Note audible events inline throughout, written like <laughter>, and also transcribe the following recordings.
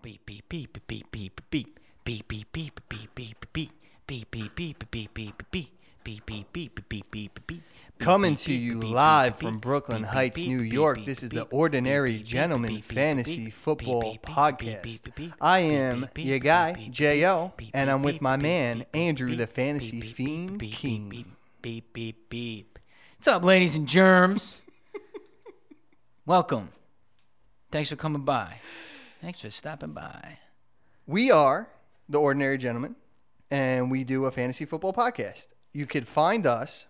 beep beep beep beep beep beep beep beep beep beep beep beep beep beep beep beep beep beep beep beep beep beep beep beep Coming to you live from Brooklyn Heights, New York, this is the Ordinary Gentleman Fantasy Football Podcast. I am your guy, J.O., and I'm with my man, Andrew the Fantasy Fiend King. beep beep beep. What's up, ladies and germs? Welcome. Thanks for coming by. Thanks for stopping by. We are the Ordinary Gentleman, and we do a fantasy football podcast. You could find us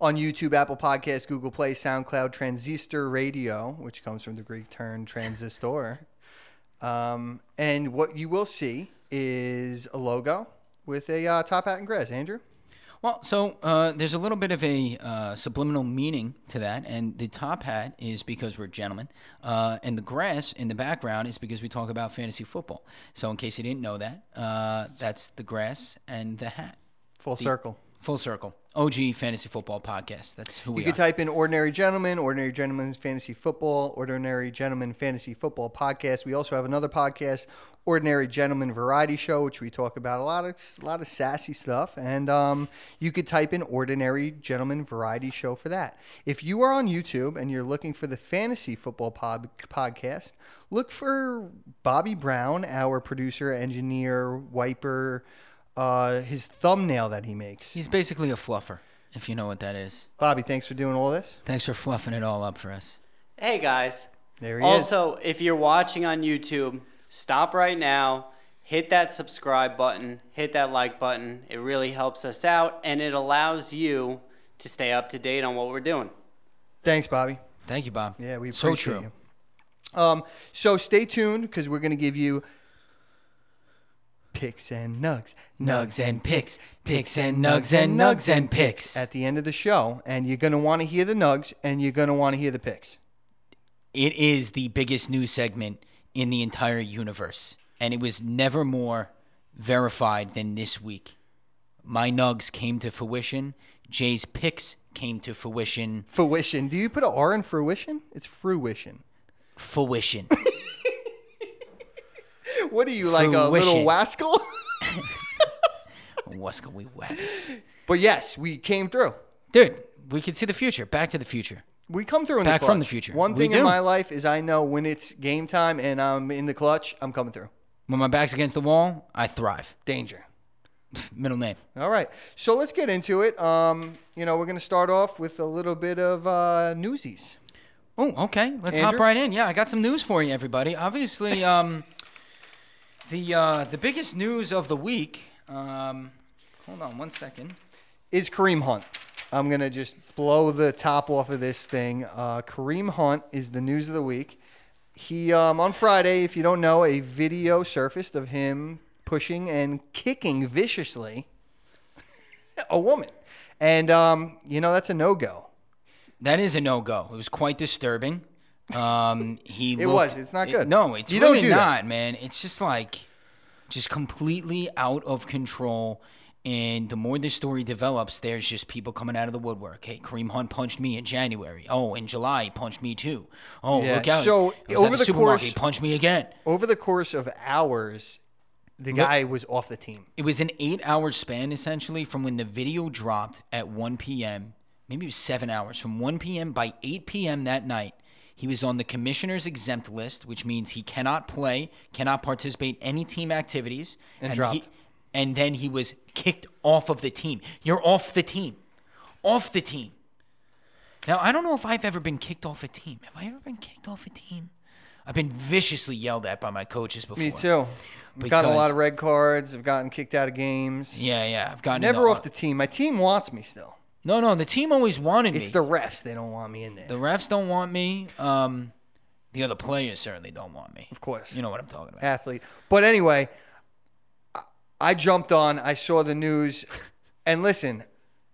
on YouTube, Apple Podcasts, Google Play, SoundCloud, Transistor Radio, which comes from the Greek term transistor. um, and what you will see is a logo with a uh, top hat and grass. Andrew, Well, so uh, there's a little bit of a uh, subliminal meaning to that, and the top hat is because we're gentlemen, uh, and the grass in the background is because we talk about fantasy football. So, in case you didn't know that, uh, that's the grass and the hat. full circle. Full circle. OG Fantasy Football Podcast. That's who we You could are. type in Ordinary Gentleman, Ordinary Gentleman's Fantasy Football, Ordinary Gentleman Fantasy Football Podcast. We also have another podcast, Ordinary Gentleman Variety Show, which we talk about a lot of a lot of sassy stuff. And um, you could type in Ordinary Gentleman Variety Show for that. If you are on YouTube and you're looking for the Fantasy Football pod- Podcast, look for Bobby Brown, our producer, engineer, wiper, uh, his thumbnail that he makes. He's basically a fluffer, if you know what that is. Bobby, thanks for doing all this. Thanks for fluffing it all up for us. Hey guys. There he is. Also, if you're watching on YouTube, stop right now, hit that subscribe button, hit that like button. It really helps us out and it allows you to stay up to date on what we're doing. Thanks, Bobby. Thank you, Bob. Yeah, we so appreciate true. you. Um, so stay tuned because we're going to give you picks and nugs, Nugs and picks, picks and nugs and nugs and picks. at the end of the show, and you're going to want to hear the nugs and you're going to want to hear the picks. It is the biggest news segment in the entire universe, and it was never more verified than this week. My nugs came to fruition. Jay's picks came to fruition. Fruition. Do you put an R in fruition? It's fruition. Fruition. <laughs> What are you like a little Fruition. wascal? <laughs> What's going we wabbits? but yes, we came through. Dude, we can see the future. Back to the future. We come through in Back the from clutch. the future. One We thing in do. my life is I know when it's game time and I'm in the clutch, I'm coming through. When my back's against the wall, I thrive. Danger. Middle name. All right, so let's get into it. Um, you know, we're going to start off with a little bit of uh, newsies. Oh, okay. Let's hop Andrew? right in. Yeah, I got some news for you, everybody. Obviously, um, the uh, the biggest news of the week. Um, hold on one second. Is Kareem Hunt? I'm going to just blow the top off of this thing. Uh, Kareem Hunt is the news of the week. He um, on Friday, if you don't know, a video surfaced of him pushing and kicking viciously a woman, and um, you know that's a no go. That is a no go. It was quite disturbing. Um, he <laughs> It looked- was. It's not good. no, it's You don't really do that. not, man. It's just like just completely out of control. And the more this story develops, there's just people coming out of the woodwork. Hey, Kareem Hunt punched me in January. Oh, in July he punched me too. Oh, Yeah, look out! so I was at over the supermarket, course- he punched me again. Over the course of hours, the guy was off the team. It was an eight-hour span essentially from when the video dropped at 1 p.m. Maybe it was seven hours from 1 p.m. by 8 p.m. that night. He was on the commissioner's exempt list, which means he cannot play, cannot participate in any team activities, and, He, dropped. and then he was kicked off of the team. You're off the team, off the team. Now I don't know if I've ever been kicked off a team. Have I ever been kicked off a team? I've been viciously yelled at by my coaches before. Me too. I've gotten a lot Because- of red cards. I've gotten kicked out of games. Yeah, yeah. I've gotten Never into- off the team. My team wants me still. No, no, the team always wanted me. It's the refs. They don't want me in there. the refs don't want me. Um, the other players certainly don't want me. Of course. You know what I'm talking about. Athlete. But anyway, I- I jumped on. I saw the news. And listen,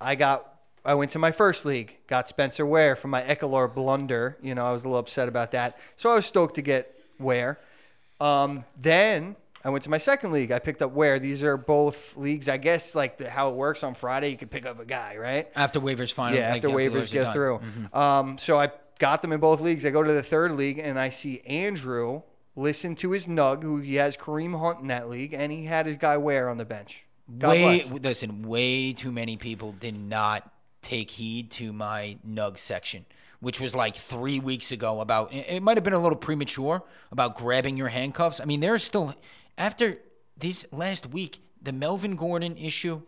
I got. I went to my first league, got Spencer Ware for my Eckler blunder. You know, I was a little upset about that. So I was stoked to get Ware. Um, then I went to my second league. I picked up Ware. These are both leagues, I guess, like the, how it works on Friday. You can pick up a guy, right? After waivers final. Yeah, like, after those waivers are get done. Mm-hmm. through. Um, so I got them in both leagues. I go to the third league and I see Andrew Listen to his nug, who he has Kareem Hunt in that league, and he had his guy Ware on the bench. God way bless. listen, way too many people did not take heed to my nug section, which was like three weeks ago. About it it might have been a little premature about grabbing your handcuffs. I mean, there are still after these last week the Melvin Gordon issue.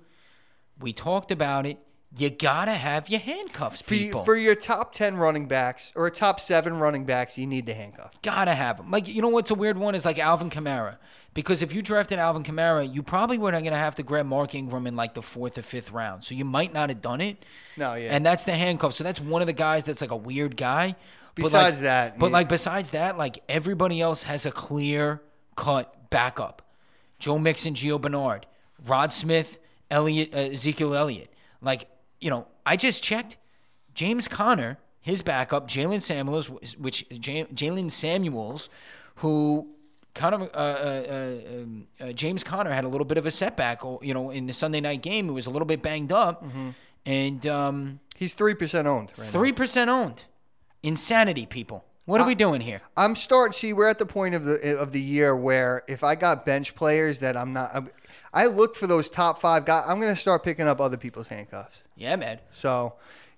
We talked about it. You gotta have your handcuffs, For, people. for your top 10 running backs or top seven running backs, you need the handcuff. gotta have him. Like, you know what's a weird one is like Alvin Kamara. Because if you drafted Alvin Kamara, you probably were not gonna have to grab Mark Ingram in like the fourth or fifth round. So you might not have done it. No, yeah. And that's the handcuff. So that's one of the guys that's like a weird guy. But, like- Besides that, but you- like besides that, like everybody else has a clear cut backup. Joe Mixon, Gio Bernard, Rod Smith, Elliot, uh, Ezekiel Elliott. Like you know, I just checked. James Conner, his backup, Jalen Samuels, which Ja- Jalen Samuels, who kind of uh, uh, uh, um, uh, James Conner had a little bit of a setback, oh, you know, in the Sunday night game. He was a little bit banged up, Mm-hmm. and um, He's 3% owned right now. three percent owned. Insanity, people. What are we doing here? I'm starting. See, we're at the point of the of the year where if I got bench players that I'm not, I'm, I look for those top five guys. I'm gonna start picking up other people's handcuffs. Yeah, man. So,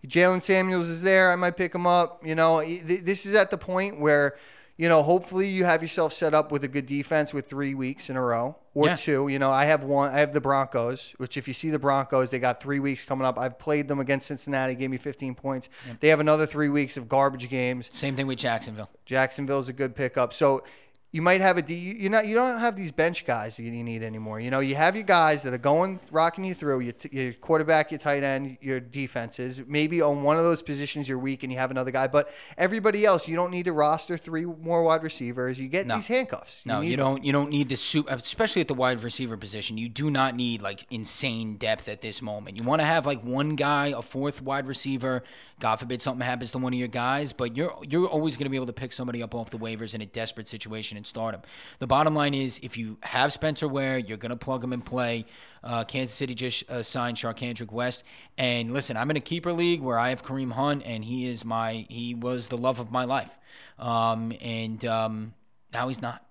Jalen Samuels is there. I might pick him up. You know, e, th- this is at the point where, you know, hopefully you have yourself set up with a good defense with three weeks in a row or Yeah. two. You know, I have one. I have the Broncos, which if you see the Broncos, they got three weeks coming up. I've played them against Cincinnati, gave me 15 points. They have another three weeks of garbage games. Same thing with Jacksonville. Jacksonville's a good pickup. So you might have a D. You not you don't have these bench guys that you need anymore. You know you have your guys that are going rocking you through your, t- your quarterback, your tight end, your defenses. Maybe on one of those positions you're weak and you have another guy, but everybody else you don't need to roster three more wide receivers. You get these handcuffs. No, need you don't. You don't need the soup, especially at the wide receiver position. You do not need like insane depth at this moment. You want to have like one guy, a fourth wide receiver. God forbid something happens to one of your guys, but you're you're always going to be able to pick somebody up off the waivers in a desperate situation and start him. The bottom line is, if you have Spencer Ware, you're going to plug him and play. Uh, Kansas City just uh, signed Sharkandrick West, and listen, I'm in a keeper league where I have Kareem Hunt, and he is my he was the love of my life, um, and um, now he's not.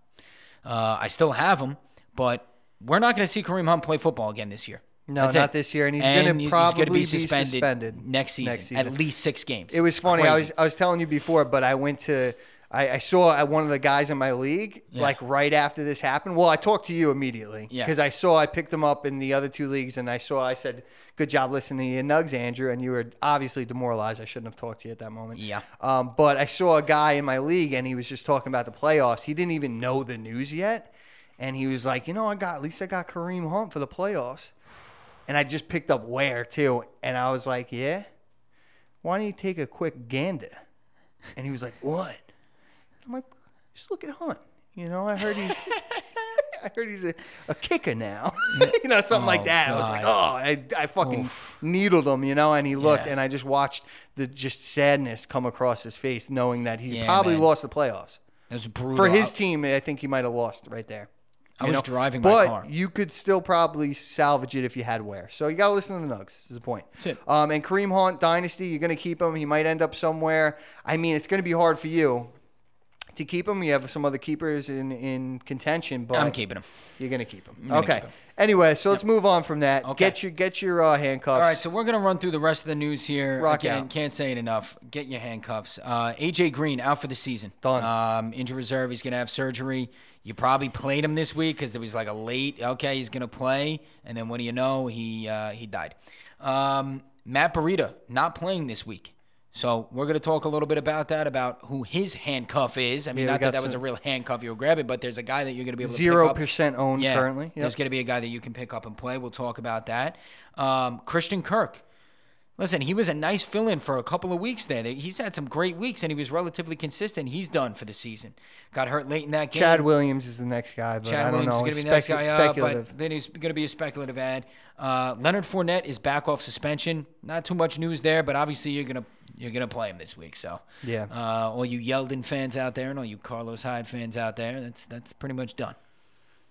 Uh, I still have him, but we're not going to see Kareem Hunt play football again this year. No, That's not it. this year, and he's gonna gonna probably be suspended next season, next season. At least six games. It was It's funny. I crazy. was I was telling you before, but I went to I, I saw at one of the guys in my league like right after this happened. Well, I talked to you immediately Yeah. because I saw I picked them up in the other two leagues, and I saw I said, "Good job listening to your nugs, Andrew," and you were obviously demoralized. I shouldn't have talked to you at that moment. Yeah. Um, but I saw a guy in my league, and he was just talking about the playoffs. He didn't even know the news yet, and he was like, "You know, I got at least I got Kareem Hunt for the playoffs." And I just picked up Ware too, and I was like, "Yeah, why don't you take a quick gander?" And he was like, "What?" I'm like, "Just look at Hunt. You know, I heard he's, <laughs> I heard he's a, a kicker now. <laughs> you know, something like Oh, that." I was like, "Oh, I, I fucking needled him, you know." And he looked, Yeah. and I just watched the just sadness come across his face, knowing that he Yeah, probably man. lost the playoffs That was brutal. for his I- team. I think he might have lost right there. I was driving my but car. you could still probably salvage it if you had Ware. So you got to listen to the Nugs. Is the point? it. Um, and Kareem Hunt dynasty, you're going to keep him. He might end up somewhere. I mean, it's going to be hard for you to keep him. You have some other keepers in in contention, but I'm keeping him. You're going to keep him. gonna Okay. keep him. Anyway, so let's move on from that. Okay. Get your get your uh, handcuffs. All right, so we're going to run through the rest of the news here. Rock Again, out. can't say it enough. Get your handcuffs. Uh, AJ Green out for the season. Done. Um, injured reserve. He's going to have surgery. You probably played him this week because there was like a late. Okay, he's going to play, and then what do you know? He uh, he died. Um, Matt Burita not playing this week. So we're going to talk a little bit about that, about who his handcuff is. I Yeah, mean, we not that got that was a some- real handcuff you were grabbing, but there's a guy that you're going to be able to pick zero up. percent owned Yeah, currently. Yep. there's going to be a guy that you can pick up and play. We'll talk about that. Um, Christian Kirk. Listen, he was a nice fill-in for a couple of weeks there. He's had some great weeks, and he was relatively consistent. He's done for the season. Got hurt late in that game. Chad Williams is the next guy, but Chad I don't Williams know. is going to be the It's next specu- guy up, speculative. but then he's going to be a speculative ad. Uh, Leonard Fournette is back off suspension. Not too much news there, but obviously you're going to you're going to play him this week. So Yeah. uh, all you Yeldon fans out there and all you Carlos Hyde fans out there, that's that's pretty much done.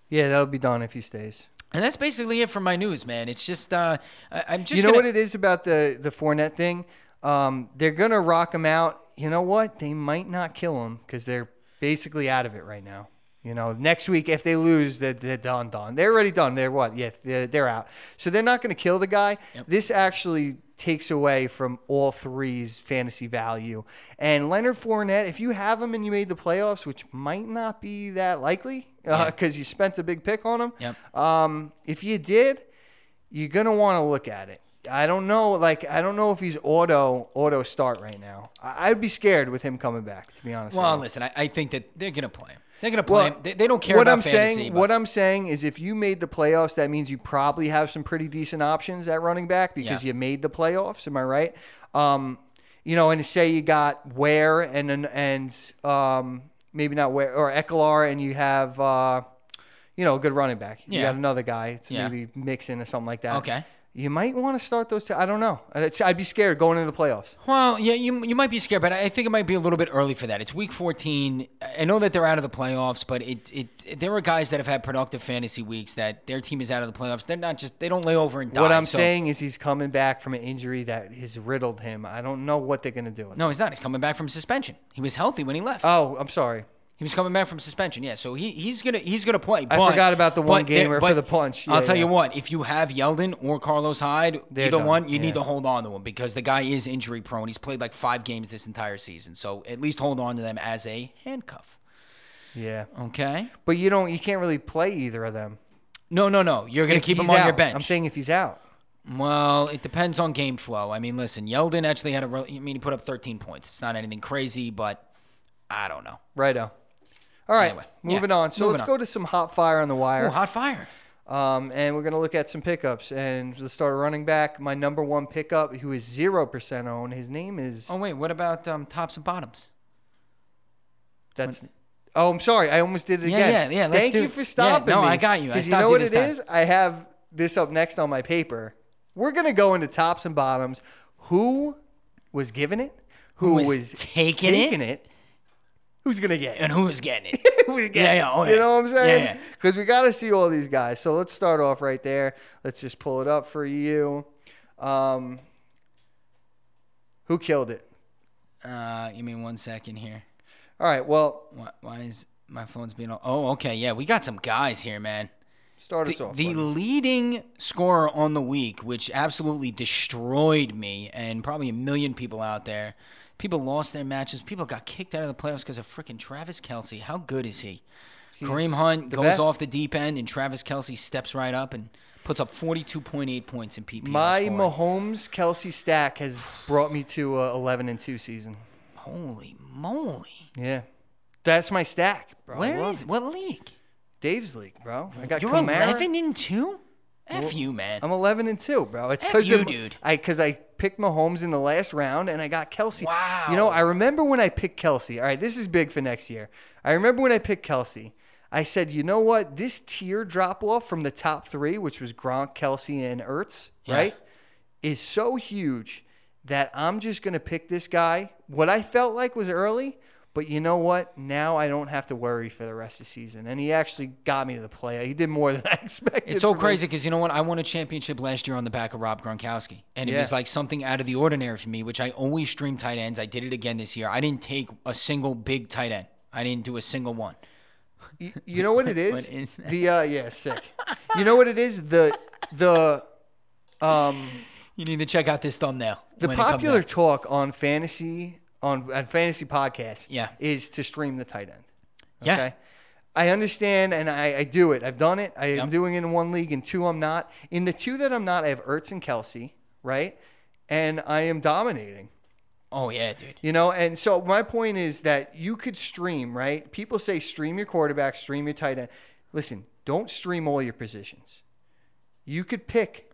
yeah, that'll be done if he stays. And that's basically it for my news, man. It's just uh, I, I'm just you know gonna- what it is about the the Fournette thing? Um, they're gonna rock him out. You know what? They might not kill him because they're basically out of it right now. You know, next week if they lose, they're, they're done. Done. They're already done. They're what? Yeah, they're, they're out. So they're not going to kill the guy. This actually takes away from all three's fantasy value. And Leonard Fournette, if you have him and you made the playoffs, which might not be that likely because you spent a big pick on him. Yep. Um, if you did, you're gonna want to look at it. I don't know, like I don't know if he's auto auto start right now. I, I'd be scared with him coming back, to be honest. with you. Well, listen, I, I think that they're gonna play him. They're gonna play him. They, they don't care What about I'm fantasy. saying, but- what I'm saying is, if you made the playoffs, that means you probably have some pretty decent options at running back because Yeah. you made the playoffs. Am I right? Um, you know, and say you got Ware and and- and um, maybe not Ware or Ekelar, and you have uh, you know a good running back. You Yeah. got another guy. It's Yeah. maybe Mixon or something like that. Okay. You might want to start those two. I don't know. Uh, It's, I'd be scared going into the playoffs. Well, yeah, you, you might be scared, but I think it might be a little bit early for that. It's week 14. I know that they're out of the playoffs, but it, it there are guys that have had productive fantasy weeks that their team is out of the playoffs. They're not just they don't lay over and die. What I'm so- saying is he's coming back from an injury that has riddled him. I don't know what they're going to do. with no, he's not. He's coming back from suspension. He was healthy when he left. Oh, I'm sorry. he was coming back from suspension. Yeah, so he, he's gonna he's gonna play. I but- forgot about the one but there- gamer for but the punch. Yeah, I'll tell yeah. you what: if you have Yeldon or Carlos Hyde, They're either done, one, you need yeah. to hold on to him because the guy is injury prone. He's played like five games this entire season, so at least hold on to them as a handcuff. Yeah, Okay. but you don't. You can't really play either of them. No, no, no. You're going If to keep him he's on your out. bench. I'm saying if he's out. well, it depends on game flow. I mean, listen, Yeldon actually had a. Re- I mean, he put up 13 points. It's not anything crazy, but I don't know. Righto. All right, Anyway, yeah, moving on. So moving let's on. go to some hot fire on the Ooh, wire, hot fire. um, and we're gonna look at some pickups. And let's start running back. My number one pickup, who is zero percent owned, his name is. Oh wait, what about um, tops and bottoms? That's. Oh, I'm sorry. I almost did it Yeah, again. yeah, yeah, let's Thank do- you for yeah, stopping no, me. I got you. I 'Cause stopped know you what this it time. is? I have this up next on my paper. We're gonna go into tops and bottoms. Who was giving it? Who, was taking it? it? Who's gonna get it? And who's <laughs> getting it? Who's Yeah, getting yeah, it? oh, You yeah. know what I'm Yeah, saying? yeah. Because we got to see all these guys. So let's start off right there. Let's just pull it up for you. Um, who killed it? uh, give me one second here. All right. Well, Why, why is my phone's being? All- oh, okay, yeah, we got some guys here, man. start us The, off. the buddy. leading scorer on the week, which absolutely destroyed me and probably a million people out there. People lost their matches. People got kicked out of the playoffs because of freaking Travis Kelsey. How good is he? Kareem Hunt the goes best. off the deep end, and Travis Kelsey steps right up and puts up 42.8 points in PPR. My scoring. Mahomes Kelsey stack has brought me to a 11 and 2 season. Holy moly. Yeah. That's my stack, bro. Where Well, is what league? Dave's league, bro? I got You're Kamara. 11 and 2? F you, man. I'm 11 and 2, bro. It's F cuz you, dude. I cuz I picked Mahomes in the last round and I got Kelsey. Wow. You know, I remember when I picked Kelsey. All right, this is big for next year. I remember when I picked Kelsey. I said, "You know what? This tier drop off from the top 3, which was Gronk, Kelsey, and Ertz, right? is so huge that I'm just going to pick this guy. What I felt like was early, but you know what? Now I don't have to worry for the rest of the season. And he actually got me to the play. He did more than <laughs> I expected. It's so from him. crazy because you know what? I won a championship last year on the back of Rob Gronkowski, and it Yeah. was like something out of the ordinary for me, which I always stream tight ends. I did it again this year. I didn't take a single big tight end. I didn't do a single one. You, you know what it is? <laughs> What is that? The uh, yeah, sick. you know what it is? The the um You need to check out this thumbnail. the when it comes popular out. talk on fantasy on, on fantasy podcasts Yeah. is to stream the tight end. yeah, Okay. I understand and I, I do it. I've done it. I am doing it in one league. In two, I'm not. In the two that I'm not, I have Ertz and Kelsey, right? And I am dominating, oh yeah, dude. you know? And so my point is that you could stream, right? People say stream your quarterback, stream your tight end. Listen, don't stream all your positions. You could pick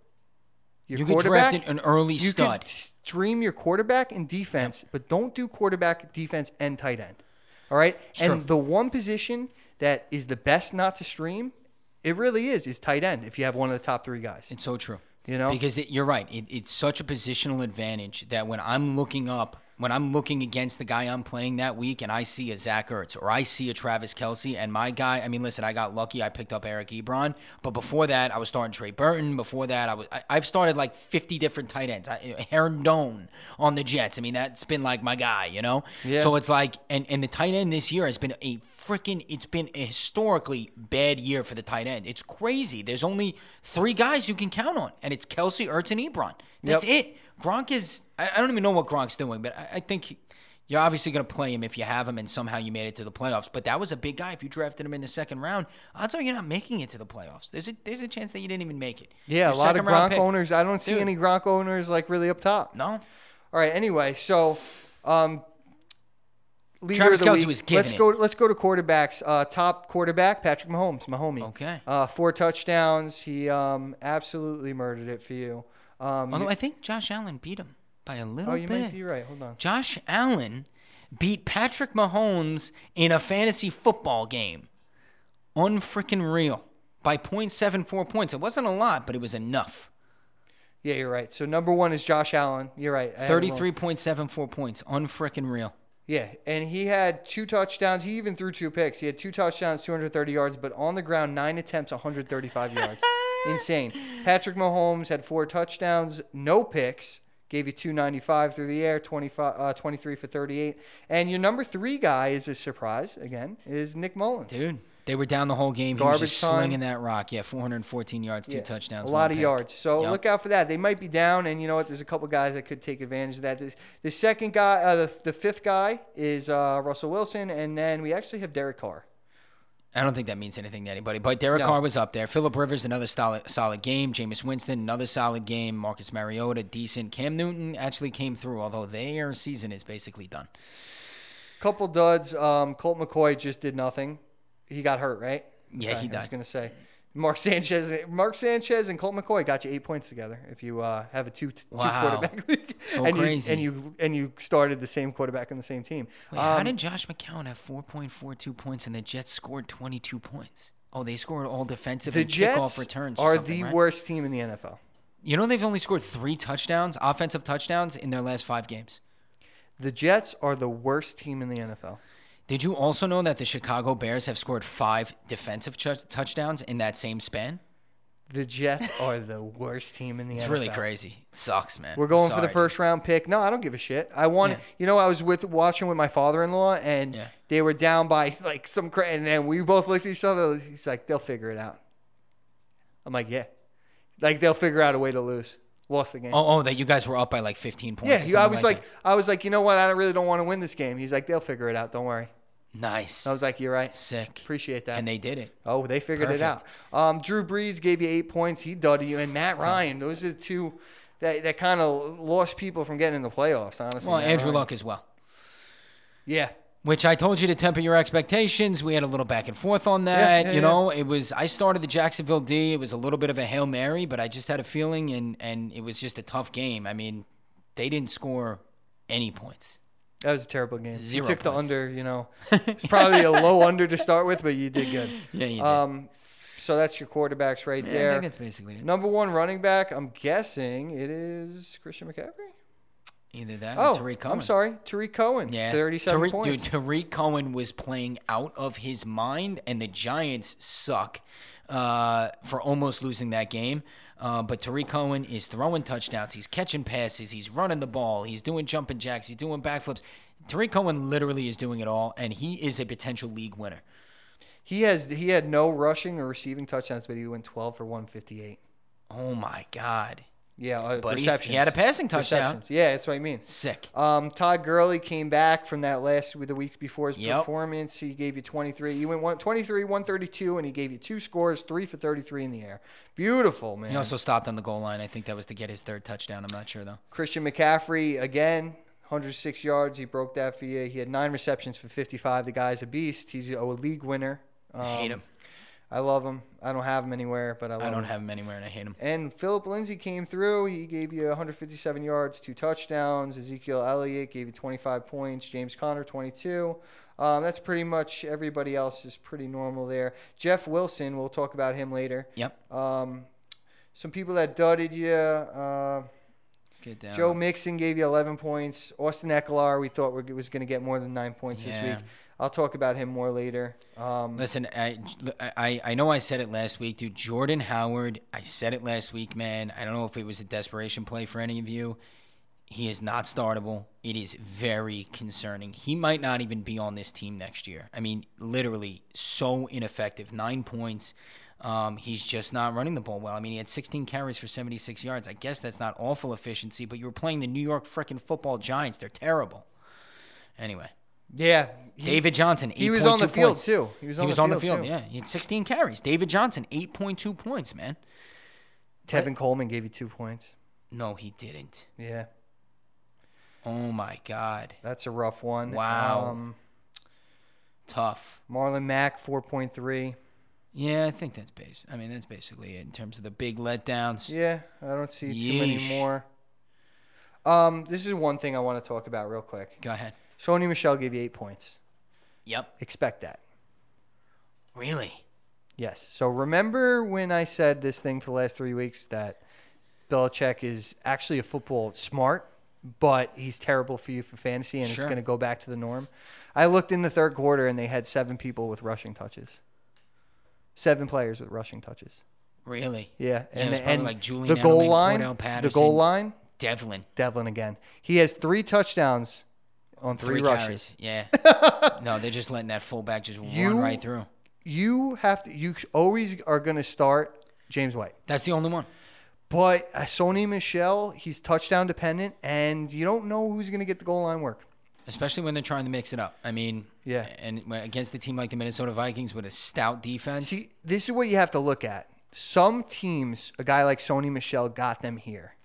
your You could quarterback. draft an early you stud. could stream your quarterback and defense, but don't do quarterback, defense, and tight end. All right. Sure. And the one position that is the best not to stream, it really is, is tight end. If you have one of the top three guys, It's so true. you know, Because it, you're right. It, it's such a positional advantage that when I'm looking up when I'm looking against the guy I'm playing that week and I see a Zach Ertz or I see a Travis Kelsey and my guy, I mean, listen, I got lucky. I picked up Eric Ebron. But before that, I was starting Trey Burton. Before that, I was, I, I've started like 50 different tight ends. I, Herndon on the Jets. I mean, that's been like my guy, you know? Yeah. So it's like, and, and the tight end this year has been a freaking, it's been a historically bad year for the tight end. It's crazy. There's only three guys you can count on, and it's Kelsey, Ertz, and Ebron. That's Yep. it. Gronk is. I, I don't even know what Gronk's doing, but I, I think he- you're obviously going to play him if you have him and somehow you made it to the playoffs. But that was a big guy. If you drafted him in the second round, odds are you're not making it to the playoffs. There's a there's a chance that you didn't even make it. Yeah, Your a lot of second-round Gronk pick- owners. I don't see Dude. any Gronk owners like really up top. No, All right. Anyway, so um, leader Travis of the Kelce week. was let's giving it. go. Let's go to quarterbacks. Uh, top quarterback Patrick Mahomes, my homie. Okay. Uh, four touchdowns. He um, absolutely murdered it for you. Um, although I think Josh Allen beat him by a little oh, you bit. might be right. Hold on. Josh Allen beat Patrick Mahomes in a fantasy football game. Unfreaking real. By 0.74 points. It wasn't a lot, but it was enough. Yeah, you're right. So number one is Josh Allen. You're right. I had him wrong. 33.74 points. Unfreaking real. Yeah, and he had two touchdowns. He even threw two picks. He had two touchdowns, 230 yards, but on the ground, nine attempts, 135 <laughs> yards. Insane. Patrick Mahomes had four touchdowns, no picks. Gave you 295 through the air, 25, uh, 23 for 38. And your number three guy is a surprise, again, is Nick Mullins. Dude, they were down the whole game. he Garbage was just time. slinging that rock. Yeah, 414 yards, two Yeah, touchdowns. A one lot of pick. yards. So Yep. look out for that. They might be down, and you know what? There's a couple guys that could take advantage of that. The, the second guy, uh, the, the fifth guy is uh, Russell Wilson, and then we actually have Derek Carr. I don't think that means anything to anybody. But Derek No. Carr was up there. Philip Rivers, another solid, solid game. Jameis Winston, another solid game. Marcus Mariota, decent. Cam Newton actually came through, although their season is basically done. Couple duds. Um, Colt McCoy just did nothing. He got hurt, right? Yeah, he I was died. gonna say. Mark Sanchez, Mark Sanchez, and Colt McCoy got you eight points together. If you uh, have a two, two Wow. quarterback <laughs> league, So and you crazy. and you and you started the same quarterback on the same team. Wait, Um, how did Josh McCown have 4.42 points and the Jets scored 22 points? Oh, they scored all defensive the and Jets kickoff returns. or are something, the right? worst team in the NFL. You know they've only scored three touchdowns, offensive touchdowns, in their last five games. The Jets are the worst team in the NFL. Did you also know that the Chicago Bears have scored five defensive tou- touchdowns in that same span? The Jets are the worst team in the NFL. It's really crazy. It sucks, man. We're I'm going for the sorry, first round pick. No, I don't give a shit. I want, Yeah. you know, I was with watching with my father in law, and Yeah. they were down by like some, cra- and then we both looked at each other. He's like, "They'll figure it out." I'm like, "Yeah," like they'll figure out a way to lose. Lost the game. dude. Oh, oh, that you guys were up by like 15 points. yeah, or you- I something was like, like, I was like, you know what? I don't- really don't want to win this game. He's like, "They'll figure it out. Don't worry." that. nice, I was like, "You're right. sick, Appreciate that." and they did it. Oh, they figured it out. Perfect. Um, Drew Brees gave you eight points. He dud you, and Matt Ryan. Those are the two that, that kind of lost people from getting in the playoffs. Honestly, Well, Matt Andrew Ryan. Luck as well. Yeah, which I told you to temper your expectations. We had a little back and forth on that. yeah, you yeah. know, it was I started the Jacksonville D. It was a little bit of a hail mary, but I just had a feeling, and and it was just a tough game. I mean, they didn't score any points. that was a terrible game. Zero you took the points. under. You <laughs> know, it's probably a low under to start with, but you did good. Yeah, <laughs> you did. Um, so that's your quarterbacks right I think there. that's basically it. Number one running back. I'm guessing it is Christian McCaffrey. Either that. Oh, or Tariq Cohen. I'm sorry, Tariq Cohen. Yeah, 37 Tariq, points. Dude, Tariq Cohen was playing out of his mind, and the Giants suck uh, for almost losing that game. Uh, but Tariq Cohen is throwing touchdowns. He's catching passes. He's running the ball. He's doing jumping jacks. He's doing backflips. Tariq Cohen literally is doing it all, and he is a potential league winner. He has he had no rushing or receiving touchdowns, but he went 12 for 158. Oh my God, Yeah, uh, but he, receptions. he had a passing touchdown. Receptions. Yeah, that's what I mean. Sick. Um, Todd Gurley came back from that last the week before his Yep. performance. He gave you 23. He went one, 23, 132, and he gave you two scores, three for 33 in the air. Beautiful, man. He also stopped on the goal line. I think that was to get his third touchdown. I'm not sure though. Christian McCaffrey again, 106 yards. He broke that for you. He had nine receptions for 55. The guy's a beast. He's a league winner. Um, I hate him. I love him. I don't have him anywhere, but I love I him. don't have him anywhere, and I hate him. And Philip Lindsay came through. He gave you 157 yards, two touchdowns. Ezekiel Elliott gave you 25 points. James Conner 22. Um, that's pretty much everybody else is pretty normal there. Jeff Wilson, we'll talk about him later. Yep. Um, some people that dudded you. Uh, Get down. Joe Mixon gave you 11 points. Austin Eckler, we thought were- was going to get more than nine points Yeah. this week. I'll talk about him more later. Um, Listen, I, I I know I said it last week, dude. Jordan Howard, I said it last week, man. I don't know if it was a desperation play for any of you. He is not startable. It is very concerning. He might not even be on this team next year. I mean, literally so ineffective. Nine points. Um, he's just not running the ball well. I mean, he had 16 carries for 76 yards. I guess that's not awful efficiency, but you were playing the New York freaking football Giants. They're terrible. Anyway, yeah. He, David Johnson. he was on the 8.2 field, points. too. He was on, He was the, on field, the field, too. yeah. He had 16 carries. David Johnson, 8.2 points, man. Tevin Coleman gave you two points. No, he didn't. Yeah. Oh, my God. That's a rough one. Wow. Um, Tough. Marlon Mack, 4.3. Yeah, I think that's base. I mean, that's basically it in terms of the big letdowns. Yeah, I don't see too many Yeesh. more. Um, this is one thing I want to talk about real quick. Go ahead. Sony Michelle gave you eight points. Yep. Expect that. Really? Yes. So remember when I said this thing for the last three weeks that Belichick is actually a football smart, but he's terrible for you for fantasy, and it's Sure. going to go back to the norm. I looked in the third quarter, and they had seven people with rushing touches. Seven players with rushing touches. Really? Yeah, it was probably like Julian the goal Edelman, line, Cordell the Patterson. goal line, Devlin. Devlin again. He has three touchdowns on three, Three, rushes. carries. Yeah. <laughs> no, they're just letting that fullback just You- run right through. You have to. You always are going to start James White. That's the only one. But uh, Sony Michelle, he's touchdown dependent, and you don't know who's going to get the goal line work. Especially when they're trying to mix it up. I mean, Yeah. And when- against a team like the Minnesota Vikings with a stout defense. See, this is what you have to look at. Some teams, a guy like Sony Michelle got them here.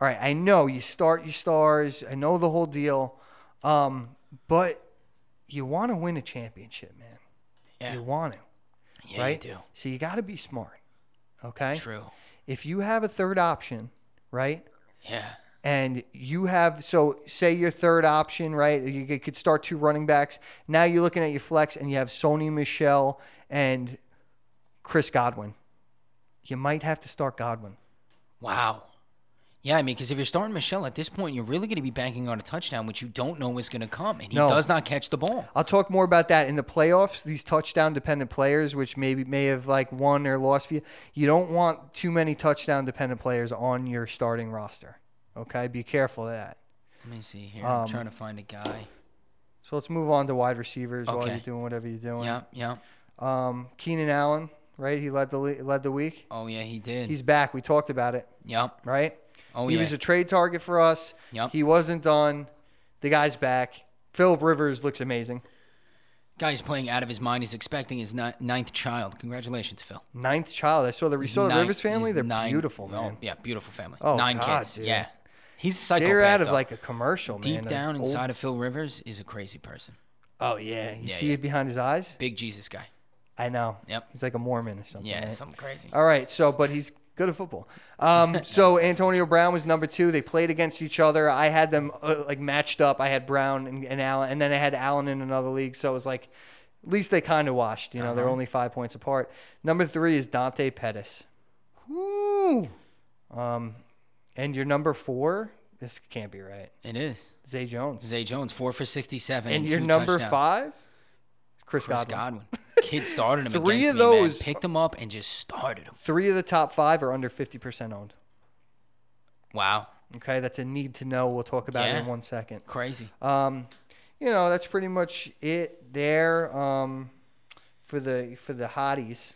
All right, I know you start your stars. I know the whole deal, um, but you want to win a championship, man. Yeah. You want to, yeah, you right? do. So you got to be smart. Okay. True. If you have a third option, right? Yeah. and you have so say your third option, right? You could- could start two running backs. Now you're looking at your flex, and you have Sony Michelle and Chris Godwin. You might have to start Godwin. Wow. Yeah, I mean, because if you're starting Michelle at this point, you're really going to be banking on a touchdown, which you don't know is going to come, and he No. does not catch the ball. I'll talk more about that in the playoffs. These touchdown dependent players, which maybe may have like won or lost for you, you don't want too many touchdown dependent players on your starting roster. Okay, be careful of that. Let me see here. Um, I'm trying to find a guy. So let's move on to wide receivers while Okay. you're doing whatever you're doing. Yeah, yeah. Um, Keenan Allen, right? He led the le- led the week. Oh yeah, he did. He's back. We talked about it, yep. right? Oh he yeah. was a trade target for us. Yep. He wasn't done. The guy's back. Philip Rivers looks amazing. Guy's playing out of his mind. He's expecting his ni- ninth child. Congratulations, Phil. Ninth child. I saw the we saw the Nine- Rivers family. he's They're nine- beautiful, no, man. yeah, beautiful family. Oh, Nine God, kids. dude. Yeah. He's a psychopath. They're out of though. like a commercial, man. deep An down old- inside of Phil Rivers is a crazy person. Oh yeah, you Yeah, see yeah. it behind his eyes. Big Jesus guy. I know. Yep. He's like a Mormon or something. Yeah, right? something crazy. All right, so but he's good at football. <laughs> Um, so Antonio Brown was number two. They played against each other. I had them uh, like matched up. I had Brown and, and Allen, and then I had Allen in another league. So it was like, at least they kind of washed. You know, Uh-huh. they're only five points apart. Number three is Dante Pettis, Um, Woo. and your number four. This can't be right. It is. Zay Jones, Zay Jones, four for 67. and and your two number touchdowns. five, Chris, Chris Godwin. Godwin. Kid started <laughs> him. Three against of me, man. those- picked him up and just started him. Three of the top five are under fifty percent owned. Wow, Okay, that's a need to know. We'll talk about it in Yeah. one second. crazy. Um, you know, that's pretty much it there um, for the for the hotties,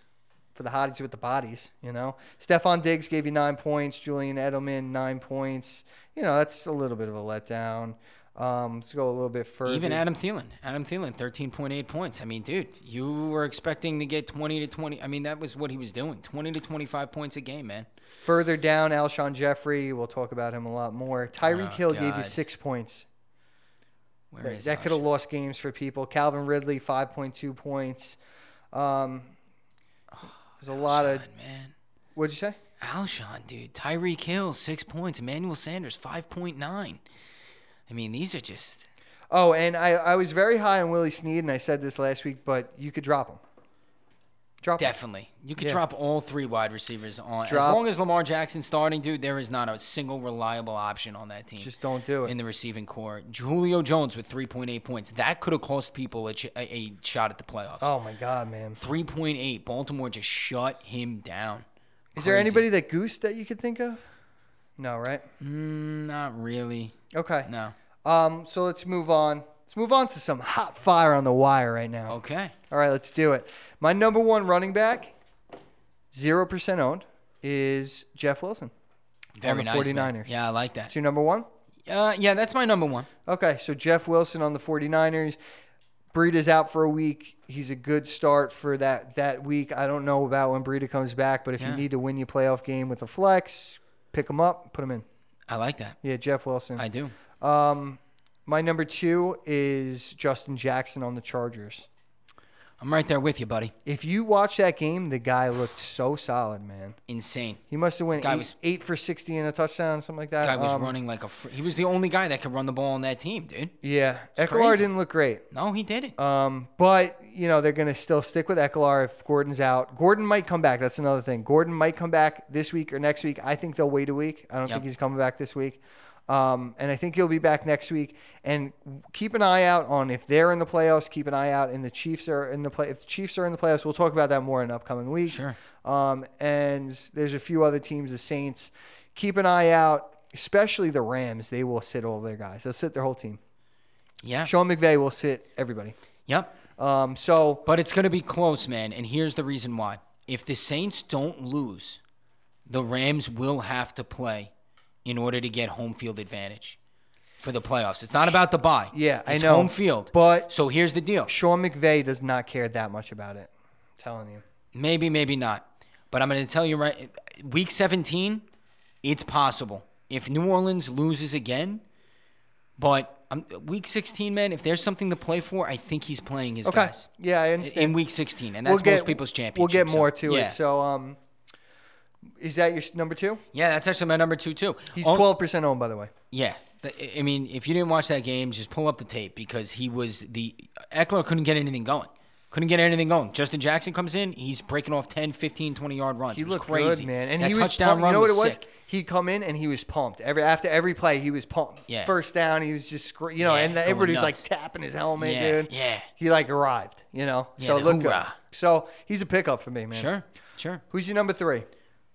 for the hotties with the bodies. You know, Stefan Diggs gave you nine points. Julian Edelman nine points. You know, that's a little bit of a letdown. Um, let's go a little bit further. Even Adam Thielen. Adam Thielen, 13.8 points. I mean, dude, you were expecting to get 20 to 20. I mean, that was what he was doing 20 to 25 points a game, man. further down, Alshon Jeffrey. We'll talk about him a lot more. Tyreek Oh, Hill gave you God. six points. Where That, is that could have Alshon? lost games for people. Calvin Ridley five point two points. Um, there's a lot of. Oh, Alshon, man. What'd you say? Alshon, dude. Tyreek Hill, six points. Emmanuel Sanders, 5.9. I mean, these are just. Oh, and I, I was very high on Willie Snead, and I said this last week, but you could drop him. Drop him. Definitely. You could Yeah. drop all three wide receivers on. As Drop- long as Lamar Jackson's starting, dude, there is not a single reliable option on that team. Just don't do it. In the receiving core. Julio Jones with 3.8 points. That could have cost people a, ch- a, a shot at the playoffs. Oh my god, man! 3.8. Baltimore just shut him down. Is there Crazy. anybody that goose that you could think of? No, right? Mm, not really. Okay. No. Um, so let's move on. Let's move on to some hot fire on the wire right now. Okay. All right, let's do it. My number one running back, zero percent owned, is Jeff Wilson. Very the nice. man. 49ers. Yeah, I like that. That's your number one. Uh, yeah, that's my number one. Okay, so Jeff Wilson on the 49ers. Breed is out for a week. He's a good start for that that week. I don't know about when Breida comes back, but if Yeah. you need to win your playoff game with a flex, pick him up, put him in. I like that. Yeah, Jeff Wilson. I do. Um, my number two is Justin Jackson on the Chargers. I'm right there with you, buddy. If you watch that game, the guy looked so solid, man. Insane. He must have went Guy eight, was- eight for sixty and a touchdown, something like that. Guy was Um, running like a. Fr- he was the only guy that could run the ball on that team, dude. Yeah, Eckler crazy. didn't look great. No, he didn't. Um, but you know they're going to still stick with Eckler if Gordon's out. Gordon might come back. That's another thing. Gordon might come back this week or next week. I think they'll wait a week. I don't Yep. think he's coming back this week. Um, and I think he'll be back next week. And keep an eye out on if they're in the playoffs. Keep an eye out, and the Chiefs are in the play. If the Chiefs are in the playoffs, we'll talk about that more in upcoming weeks. Sure. Um, and there's a few other teams, the Saints. Keep an eye out, especially the Rams. They will sit all their guys. They'll sit their whole team. yeah. Sean McVay will sit everybody. Yep. Um, so But it's going to be close, man. And here's the reason why. If the Saints don't lose, the Rams will have to play in order to get home field advantage for the playoffs. It's not about the bye. Yeah, I it's know, home field. but- so here's the deal. Sean McVay does not care that much about it. I'm telling you. Maybe, maybe not. But I'm going to tell you right week 17, it's possible. If New Orleans loses again, but um, week 16, man, if there's something to play for, I think he's playing his Okay. guys Yeah, I in- understand. in week 16. And that's most people's championship. We'll get so- more to yeah. it. So, um, is that your s- number two? Yeah, that's actually my number two, too. He's On- twelve percent owned, by the way. Yeah. Th- I mean, if you didn't watch that game, just pull up the tape because he was the Eckler couldn't get anything going. Couldn't get anything going. Justin Jackson comes in, he's breaking off 10, 15, 20 yard runs. He it was looked crazy. good, man. And that he was touchdown pumped. run you know was, what it was? sick. He'd come in and he was pumped. Every after every play, he was pumped. Yeah. First down, he was just scre- you know, Yeah, and going everybody's like nuts. tapping his helmet, Yeah, dude. yeah. He like arrived, you know. Yeah, so the look good. hoorah. So he's a pickup for me, man. Sure, sure. Who's your number three?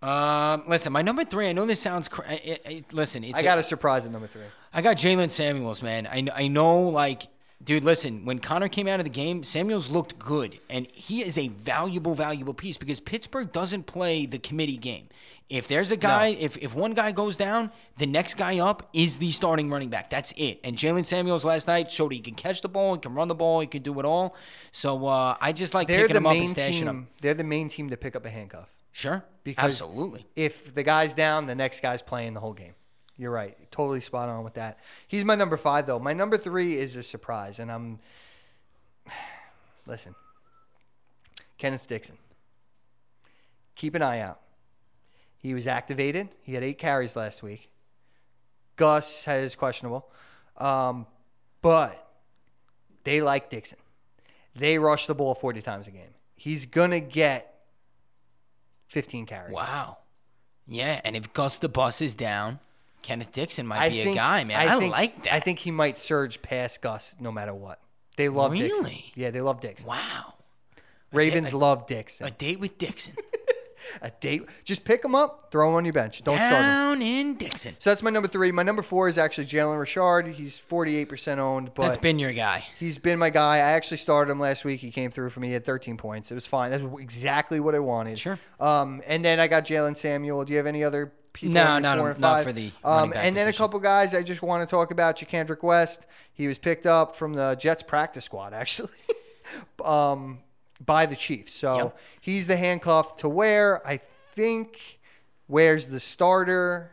Um, listen, my number three. I know this sounds. Cr- I, I, I- listen, it's I got a surprise at number three. I got Jalen Samuels, man. I kn- I know, like, dude. Listen, when Connor came out of the game, Samuels looked good, and he is a valuable, valuable piece because Pittsburgh doesn't play the committee game. If there's a guy, if if one guy goes down, the next guy up is the starting running back. That's it. And Jalen Samuels last night showed he can catch the ball, he can run the ball, he can do it all. So uh, I just like They're picking the him up and main stashing team. him. They're the main team to pick up a handcuff. Sure, Because- absolutely. if the guy's down, the next guy's playing the whole game. You're right. Totally spot on with that. He's my number five, though. My number three is a surprise, and I'm. <sighs> Listen, Kenneth Dixon. Keep an eye out. He was activated. He had eight carries last week. Gus has questionable, um, but they like Dixon. They rush the ball 40 times a game. He's gonna get 15 carries. Wow. Yeah, and if Gus the Bus is down, Kenneth Dixon might be a guy, man. I, think- like that. I think he might surge past Gus no matter what. They love Dixon. Really? Yeah, they love Dixon. wow. Ravens love Dixon. A date with Dixon. A date. Just pick him up, throw him on your bench. Don't start him. down in Dixon. So that's my number three. My number four is actually Jalen Richard. He's 48% owned, but That's been your guy. he's been my guy. I actually started him last week. He came through for me. He had 13 points. It was fine. That's exactly what I wanted. Sure. Um, and then I got Jalen Samuel. Do you have any other people? No, in your not- four and not five? for the running Um, back and then a position. couple guys I just want to talk about. Jakandrick West. He was picked up from the Jets practice squad, actually. <laughs> um, by the Chiefs. So Yep. he's the handcuff to wear. I think where's the starter.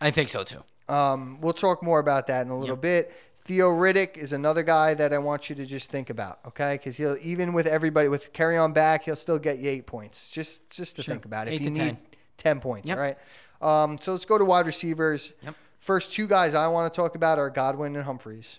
I think so too. Um, we'll talk more about that in a little bit. Theo Riddick is another guy that I want you to just think about, okay? Because he'll even with everybody with carry on back, he'll still get you eight points. Just just to think about it. Eight if you need to 10. ten points, Yep. all right? Um, so let's go to wide receivers. Yep. First two guys I want to talk about are Godwin and Humphreys.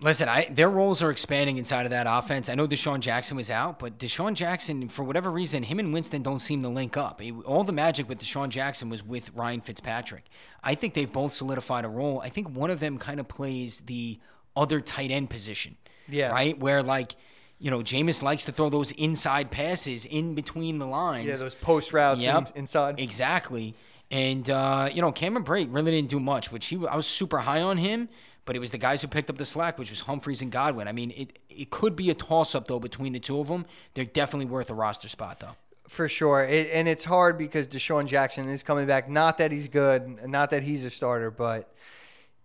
Listen, I, their roles are expanding inside of that offense. I know Deshaun Jackson was out, but Deshaun Jackson, for whatever reason, him and Winston don't seem to link up. It- all the magic with Deshaun Jackson was with Ryan Fitzpatrick. I think they've both solidified a role. I think one of them kind of plays the other tight end position. Yeah. Right? Where, like, you know, Jameis likes to throw those inside passes in between the lines. Yeah, those post routes Yep. in- inside. Exactly. And uh, you know, Cameron Brate really didn't do much, which he I was super high on him, but it was the guys who picked up the slack, which was Humphreys and Godwin. I mean, it it could be a toss up though between the two of them. They're definitely worth a roster spot though. For sure. It, and it's hard because Deshaun Jackson is coming back. Not that he's good, not that he's a starter, but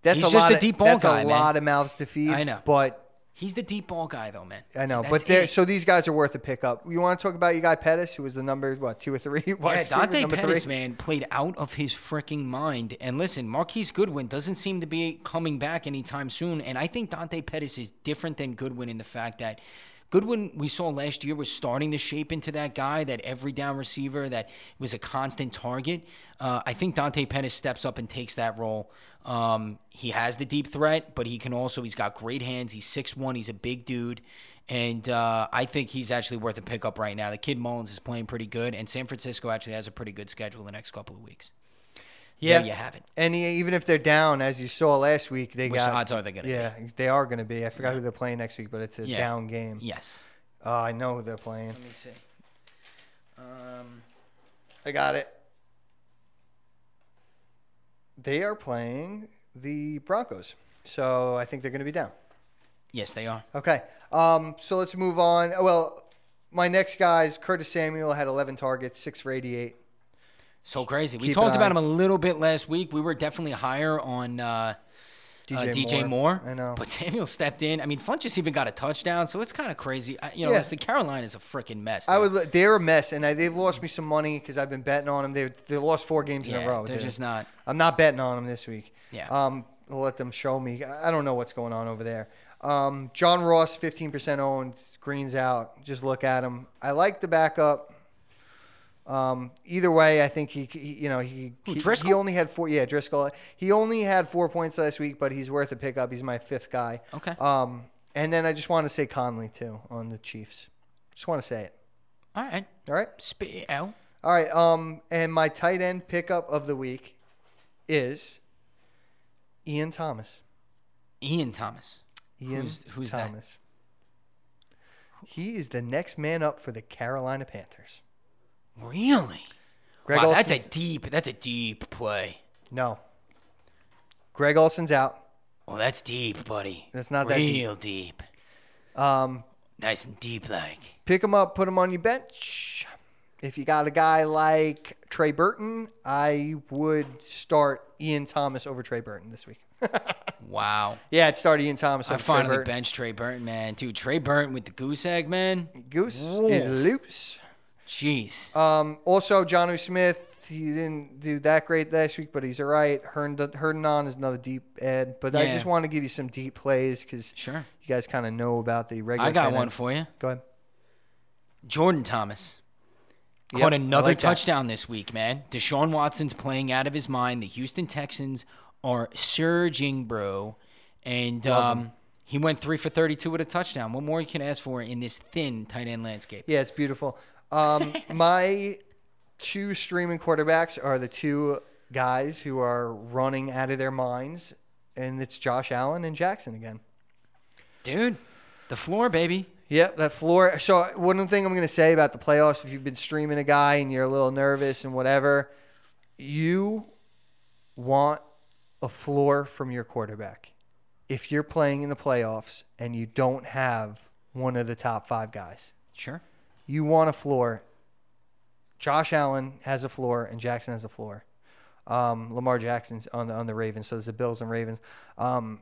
that's He's a just lot a of, deep ball that's guy, a man. lot of mouths to feed. I know. But He's the deep ball guy though, man. I know. And that's but they're it. so these guys are worth a pickup. You want to talk about your guy Pettis, who was the number what, two or three? <laughs> wide yeah, receiver, Dante number Pettis, three? man, played out of his freaking mind. And listen, Marquise Goodwin doesn't seem to be coming back anytime soon. And I think Dante Pettis is different than Goodwin in the fact that Goodwin, we saw last year, was starting to shape into that guy, that every down receiver that was a constant target. Uh, I think Dante Pettis steps up and takes that role. Um, he has the deep threat, but he can also, he's got great hands. He's 6'1, he's a big dude. And uh, I think he's actually worth a pickup right now. The kid Mullins is playing pretty good, and San Francisco actually has a pretty good schedule the next couple of weeks. Yeah. There you have it. And he, even if they're down, as you saw last week, they Which got odds are they going to Yeah, they are going to be. I forgot who they're playing next week, but it's a Yeah. down game. be? Yes. Uh, I know who they're playing. Let me see. Um, I got it. They are playing the Broncos, so I think they're going to be down. yes, they are. Okay. Um, so let's move on. Oh, Well, my next guy's Curtis Samuel had 11 targets, six for 88. So crazy. We Keep an talked eye. about him a little bit last week. We were definitely higher on uh, DJ, uh, DJ Moore. I know. But <laughs> Samuel stepped in. I mean, Funch just even got a touchdown, so it's kind of crazy. I, you know, Yeah. listen, Carolina's a freaking mess. I dude. would. li- They're a mess, and I, they've lost me some money because I've been betting on them. They they lost four games in Yeah, a row. they're dude. just not. I'm not betting on them this week. Yeah. Um, I'll let them show me. I I don't know what's going on over there. Um, John Ross, 15% owned. Green's out. Just look at him. I like the backup. Um, either way, I think he, he you know, he, Who, he Driscoll? he only had four. Yeah, Driscoll. He only had four points last week, but he's worth a pickup. He's my fifth guy. Okay. Um, and then I just want to say Conley too on the Chiefs. Just want to say it. All right. All right. Spit it out. All right. Um, and my tight end pickup of the week is Ian Thomas. Ian Thomas. Ian Who's- who's that? Thomas. He is the next man up for the Carolina Panthers. Really? Greg wow, that's a Olson's- deep. That's a deep play. no. Greg Olson's out. Oh, that's deep, buddy. That's not that deep. real deep. Um, Nice and deep, like. pick him up, put him on your bench. If you got a guy like Trey Burton, I would start Ian Thomas over Trey Burton this week. <laughs> Wow. yeah, I'd start Ian Thomas over I Trey finally Burton. benched Trey Burton, man. Dude, Trey Burton with the goose egg, man. Goose Whoa. is loose. Jeez. Um, also, Johnny Smith, he didn't do that great last week, but he's all right. Hernd- Herndon is another deep ad, but I Yeah. just want to give you some deep plays because Sure. you guys kind of know about the regular. I got tight one ends. for you. Go ahead. Jordan Thomas. Yep, Caught I another like that. touchdown this week, man. Deshaun Watson's playing out of his mind. The Houston Texans are surging, bro. And um, he went three for 32 with a touchdown. What more you can ask for in this thin tight end landscape? Yeah, it's beautiful. <laughs> Um, my two streaming quarterbacks are the two guys who are running out of their minds, and it's Josh Allen and Jackson again. Dude, the floor, baby. Yep, that floor. So one thing I'm going to say about the playoffs, if you've been streaming a guy and you're a little nervous and whatever, you want a floor from your quarterback. If you're playing in the playoffs and you don't have one of the top five guys, Sure. you want a floor. Josh Allen has a floor and Jackson has a floor. Um, Lamar Jackson's on the on the Ravens, so there's the Bills and Ravens. Um,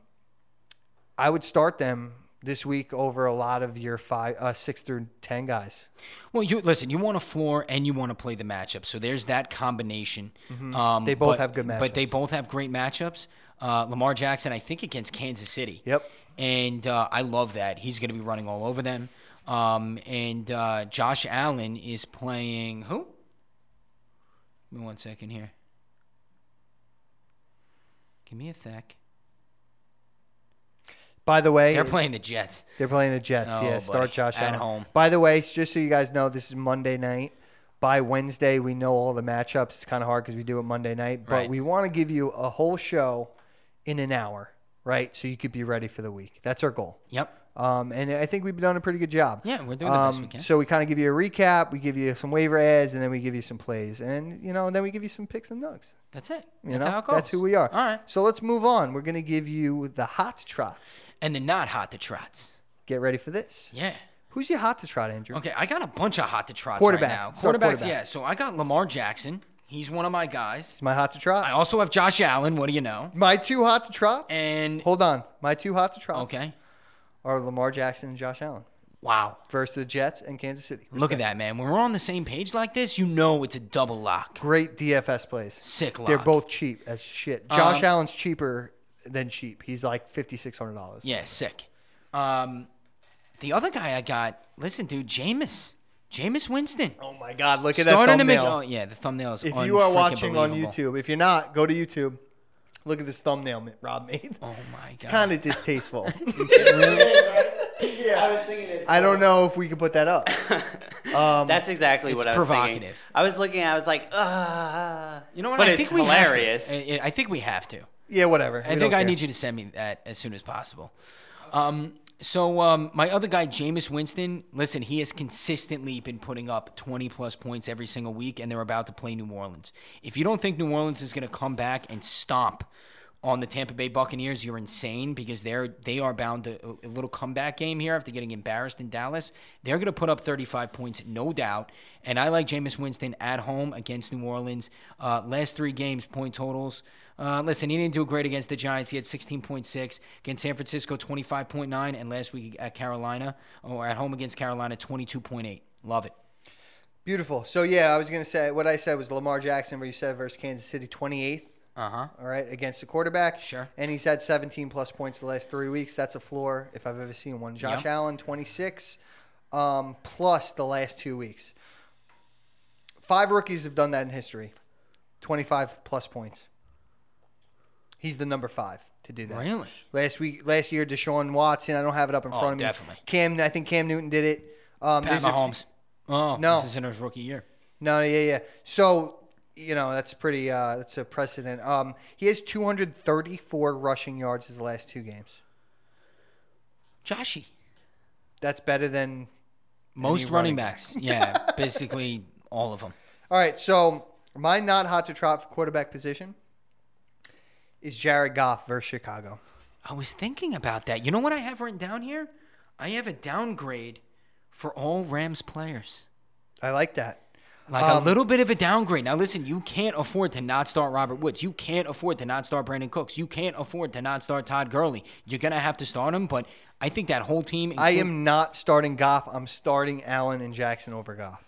I would start them this week over a lot of your five, uh, six through ten guys. Well, you listen. You want a floor, and you want to play the matchup. So there's that combination. Um, Mm-hmm. They both but- have good but they both have great matchups. Uh, Lamar Jackson, I think, against Kansas City. Yep. And uh, I love that he's going to be running all over them. Um, and uh, Josh Allen is playing who? Give me one second here. Give me a sec. By the way, They're playing the Jets. They're playing the Jets. Oh, yeah, start buddy. Josh At Allen. home. By the way, just so you guys know, this is Monday night. By Wednesday, we know all the matchups. It's kind of hard because we do it Monday night, but Right. we want to give you a whole show in an hour, right? So you could be ready for the week. That's our goal. Yep. Um, and I think we've done a pretty good job. Yeah, we're doing the best we Um, can. so we kind of give you a recap, we give you some waiver ads, and then we give you some plays, and you know, and then we give you some picks and nugs. That's it. You That's know? how it goes. That's who we are. All right. So let's move on. We're gonna give you the hot trots. And the not hot to trots. Get ready for this. Yeah. Who's your hot to trot, Andrew? Okay, I got a bunch of hot to trots Quarterback. right now. Let's start Quarterbacks, quarterback. yeah. So I got Lamar Jackson. He's one of my guys. It's my hot to trot. I also have Josh Allen. What do you know? My two hot to trots. And- hold on, my two hot to trots Okay. are Lamar Jackson and Josh Allen Wow. versus the Jets and Kansas City. Look at that, man. When we're on the same page like this, you know it's a double lock. Great DFS plays. Sick lock. They're both cheap as shit. Um, Josh Allen's cheaper than cheap. He's like fifty six hundred dollars. Yeah, sick. Um, the other guy I got, listen, dude, Jameis. Jameis Winston. Oh my God! Look at Starting that to make. thumbnail. Oh, yeah, the thumbnail is if you are unfreaking watching on believable. YouTube, if you're not, go to YouTube. Look at this thumbnail that Rob made. Oh, my God. Kind of <laughs> distasteful. I was thinking it's I don't know if we can put that up. That's exactly what I was thinking. Um, provocative. I was looking. I was like, ah. You know what? But I it's think hilarious. We have to. I- I think we have to. Yeah, whatever. I think I need you to send me that as soon as possible. Um, so um, my other guy, Jameis Winston. Listen, he has consistently been putting up 20 plus points every single week, and they're about to play New Orleans. If you don't think New Orleans is going to come back and stomp on the Tampa Bay Buccaneers, you're insane because they're they are bound to uh, a little comeback game here after getting embarrassed in Dallas. They're going to put up 35 points, no doubt. And I like Jameis Winston at home against New Orleans. Uh, last three games, point totals. Uh, listen, he didn't do great against the Giants. He had 16.6 against San Francisco, 25.9, and last week at Carolina or at home against Carolina, 22.8. Love it. Beautiful. So yeah, I was gonna say what I said was Lamar Jackson, where you said versus Kansas City, twenty eighth. Uh huh. All right, against the quarterback. Sure. And he's had seventeen plus points the last three weeks. That's a floor if I've ever seen one. Josh Yeah. Allen, twenty six, um, plus the last two weeks. Five rookies have done that in history, twenty five plus points. He's the number five to do that. Really? Oh, Last week, last year, Deshaun Watson. I don't have it up in front of me. definitely. Cam, I think Cam Newton did it. Um, Pat there's a f- Mahomes. Oh, No. this is in his rookie year. no, yeah, yeah. So you know that's pretty. Uh, that's a precedent. Um, he has 234 rushing yards his last two games. Joshy. That's better than. Most running running backs. <laughs> Yeah, basically all of them. All right, so my not hot to trot quarterback position is Jared Goff versus Chicago. I was thinking about that. You know what I have written down here? I have a downgrade for all Rams players. I like that. Like Um, a little bit of a downgrade. Now, listen, you can't afford to not start Robert Woods. You can't afford to not start Brandon Cooks. You can't afford to not start Todd Gurley. You're going to have to start him, but I think that whole team. I am not starting Goff. I'm starting Allen and Jackson over Goff.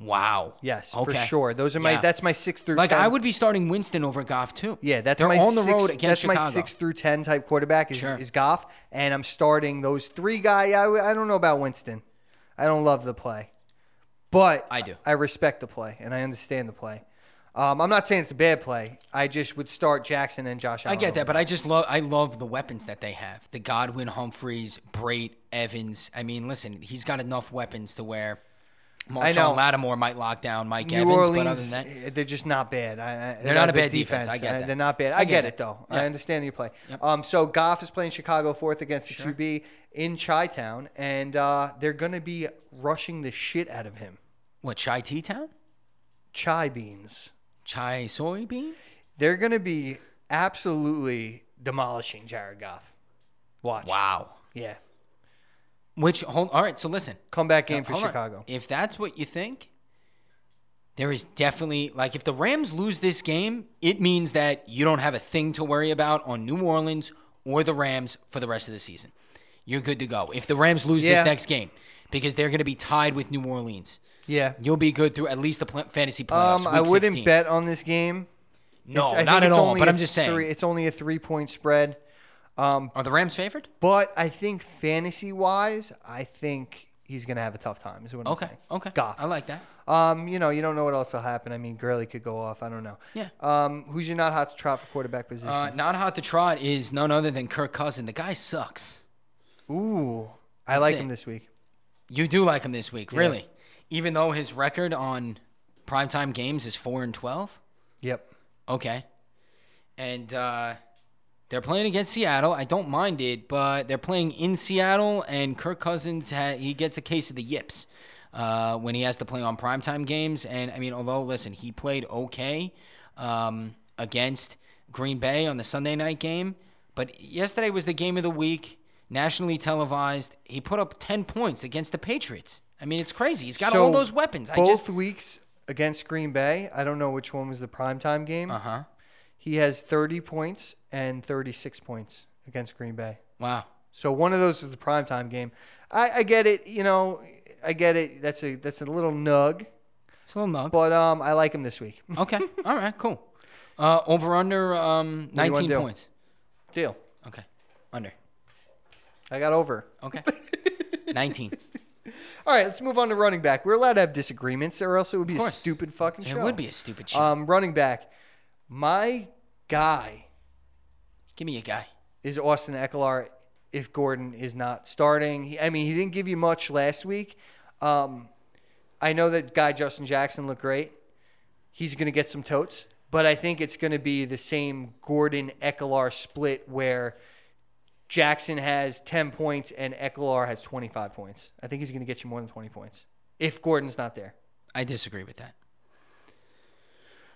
Wow. Yes, okay. for sure. Those are my. Yeah. That's my six through. Like, 10. I would be starting Winston over Goff, too. Yeah, that's They're my on the six, road against That's Chicago. my six through ten type quarterback is, Sure. is Goff, and I'm starting those three guy. I, I don't know about Winston. I don't love the play, but I do. I respect the play and I understand the play. Um, I'm not saying it's a bad play. I just would start Jackson and Josh. I Allen get that, over. but I just love I love the weapons that they have. The Godwin, Humphreys, Brait, Evans. I mean, listen, he's got enough weapons to where Marshawn know. Lattimore might lock down Mike New Evans, Orleans, but other than that, eh, they're just not bad. I, I, they're not a bad defense. I get that. Uh, They're not bad. I, get, it though. I understand your play. Um, so Goff is playing Chicago fourth against the QB in Chi Town, and uh, they're going to be rushing the shit out of him. what chai tea town, Chai beans. chai soybean. They're going to be absolutely demolishing Jared Goff. Watch. Wow. Yeah. Which hold all right. So listen, Comeback game for Hold on. Chicago. If that's what you think, there is definitely like if the Rams lose this game, it means that you don't have a thing to worry about on New Orleans or the Rams for the rest of the season. You're good to go. If the Rams lose Yeah. this next game, because they're going to be tied with New Orleans, Yeah. you'll be good through at least the pl- fantasy playoffs. Um, I week wouldn't 16. bet on this game. No, It's- I not think at it's all. only But a I'm just saying, Three, it's only a three point spread. Um, are the Rams favored? But I think fantasy wise, I think he's going to have a tough time. Is what I'm Okay. saying. Okay. Goff. I like that. Um, you know, you don't know what else will happen. I mean, Gurley could go off. I don't know. Yeah. Um, who's your not hot to trot for quarterback position? Uh, not hot to trot is none other than Kirk Cousin. The guy sucks. Ooh, I like it. him this week. You do like him this week, really? Even though his record on primetime games is four and twelve. Yep. Okay. And uh, they're playing against Seattle. I don't mind it, but they're playing in Seattle, and Kirk Cousins ha- he gets a case of the yips uh, when he has to play on primetime games. And I mean, although listen, he played okay um, against Green Bay on the Sunday night game, but yesterday was the game of the week, nationally televised. He put up ten points against the Patriots. I mean, it's crazy. He's got all So, those weapons. I Both just weeks against Green Bay, I don't know which one was the primetime game. uh huh. He has 30 points and 36 points against Green Bay. Wow. So one of those is the primetime game. I, I get it. You know, I get it. That's a that's a little nug, It's a little nug. but um, I like him this week. <laughs> <laughs> Okay. All right. Cool. Uh, over under um, do you wanna 19 do? points. Deal. Okay. Under. I got over. Okay. 19. All right, let's move on to running back. We're allowed to have disagreements, or else it would be a course. stupid fucking It show. would be a stupid shit. Um, running back, my guy Give me a guy. is Austin Eckler if Gordon is not starting. He, I mean, he didn't give you much last week. Um, I know that guy Justin Jackson looked great. He's going to get some totes, but I think it's going to be the same Gordon Eckler split where Jackson has 10 points and Eckler has 25 points. I think he's going to get you more than 20 points if Gordon's not there. I disagree with that.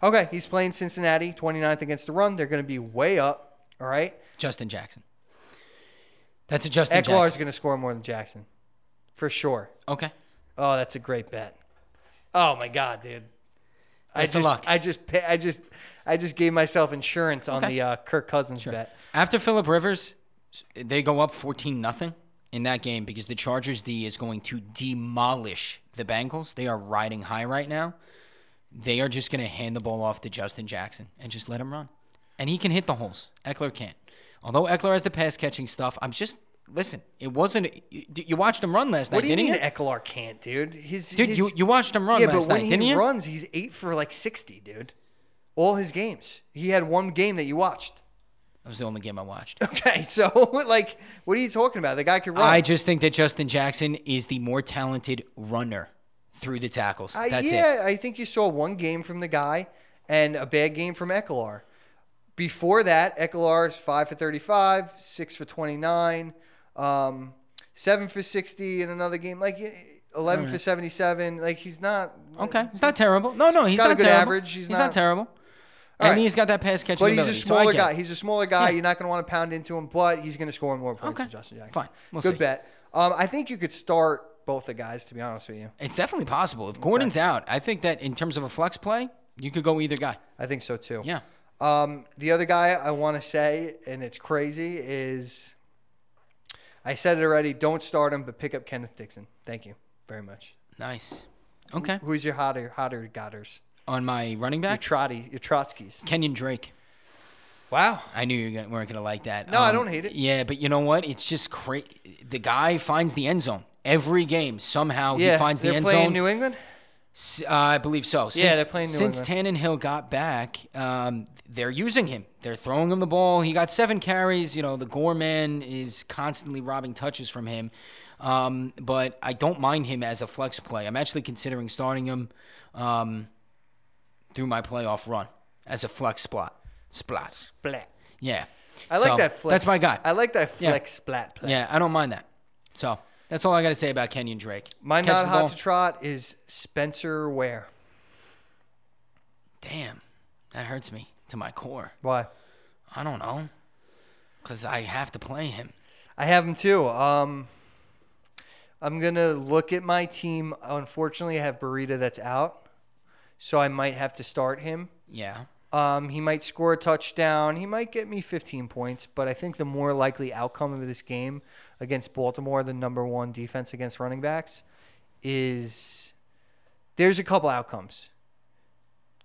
Okay, he's playing Cincinnati, 29th against the run. They're going to be way up. All right. Justin Jackson. That's a Justin Eckler's Jackson. going to score more than Jackson for sure. Okay. Oh, that's a great bet. Oh my god, dude. I Best just, of luck. I just, pa- I just, I just gave myself insurance on Okay. the uh, Kirk Cousins bet. After Philip Rivers, they go up 14 nothing in that game because the Chargers D is going to demolish the Bengals. They are riding high right now. They are just going to hand the ball off to Justin Jackson and just let him run. And he can hit the holes. Eckler can't. Although Eckler has the pass catching stuff, I'm just listen. It wasn't. You, you watched him run last What do night, you didn't mean you? Eckler can't, dude? His, Dude, his- you, you watched him run yeah, but last when night, he didn't you? runs, he's eight for like sixty, dude. All his games, he had one game that you watched. <laughs> That was the only game I watched. Okay, so <laughs> like, what are you talking about? The guy can run. I just think that Justin Jackson is the more talented runner through the tackles. I- That's it. Uh, yeah, I think you saw one game from the guy and a bad game from Eckler. Before that, Eckler is 5 for 35, 6 for 29, um, 7 for 60 in another game. Like, eh, 11 for 77. Like, he's not. Hmm. Okay, he's not terrible. No, no, he's got a not good terrible. average. He's He's, not- not, terrible. All and right. he's got that pass catching But he's ability. a so I smaller get guy. it. He's a smaller guy. You're not going to want to pound into him, but he's going to score more points than Okay, Justin Jackson. fine. We'll Good see. bet. Um, I think you could start both the guys, to be honest with you. It's definitely possible. If Gordon's out, I think that in terms of a flex play, you could go either guy. I think so, too. Yeah. Um, the other guy I want to say, and it's crazy, is I said it already. Don't start him, but pick up Kenneth Dixon. Thank you very much. Nice. Okay. Who's your hotter, hotter godders? On my running Your back, trotty, your Trotskys. Kenyon Drake. Wow. I knew you weren't going to like that. No, I don't hate it. Um, Yeah, but you know what? It's just crazy. The guy finds the end zone every game. Somehow Yeah, he finds the they're end playing zone. New England. S- Uh, I believe so. Since, Yeah, they're playing New since Tannenhill got back. Um, they're using him. They're throwing him the ball. He got seven carries. You know, the Gorman is constantly robbing touches from him. Um, but I don't mind him as a flex play. I'm actually considering starting him um, through my playoff run as a flex spot. Splat. Splat. Yeah. I like So, that flex. That's my guy. I like that Yeah. flex splat play. yeah, I don't mind that. So that's all I got to say about Kenyon Drake. My Catches not the hot ball. to trot is Spencer Ware. Damn, that hurts me to my core. Why? I don't know. Because I have to play him. I have him too. Um, I'm gonna look at my team. Unfortunately, I have Burrito that's out, so I might have to start him. Yeah. Um, he might score a touchdown. He might get me 15 points, but I think the more likely outcome of this game against Baltimore, the number one defense against running backs, is there's a couple outcomes.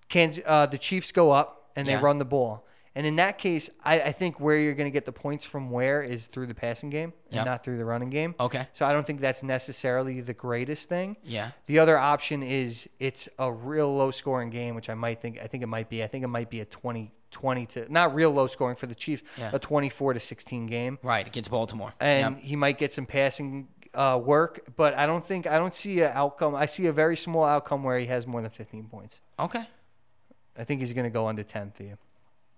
Can uh, the Chiefs go up and they Yeah. run the ball, And in that case, I, I think where you're going to get the points from where is through the passing game and Yeah. not through the running game. Okay. So I don't think that's necessarily the greatest thing. Yeah. The other option is it's a real low scoring game, which I might think I think it might be. I think it might be a 20, 20 to not real low scoring for the Chiefs, Yeah. a 24 to 16 game. Right against Baltimore. And Yep. he might get some passing uh, work, but I don't think I don't see an outcome. I see a very small outcome where he has more than 15 points. Okay. I think he's going to go under 10 for you.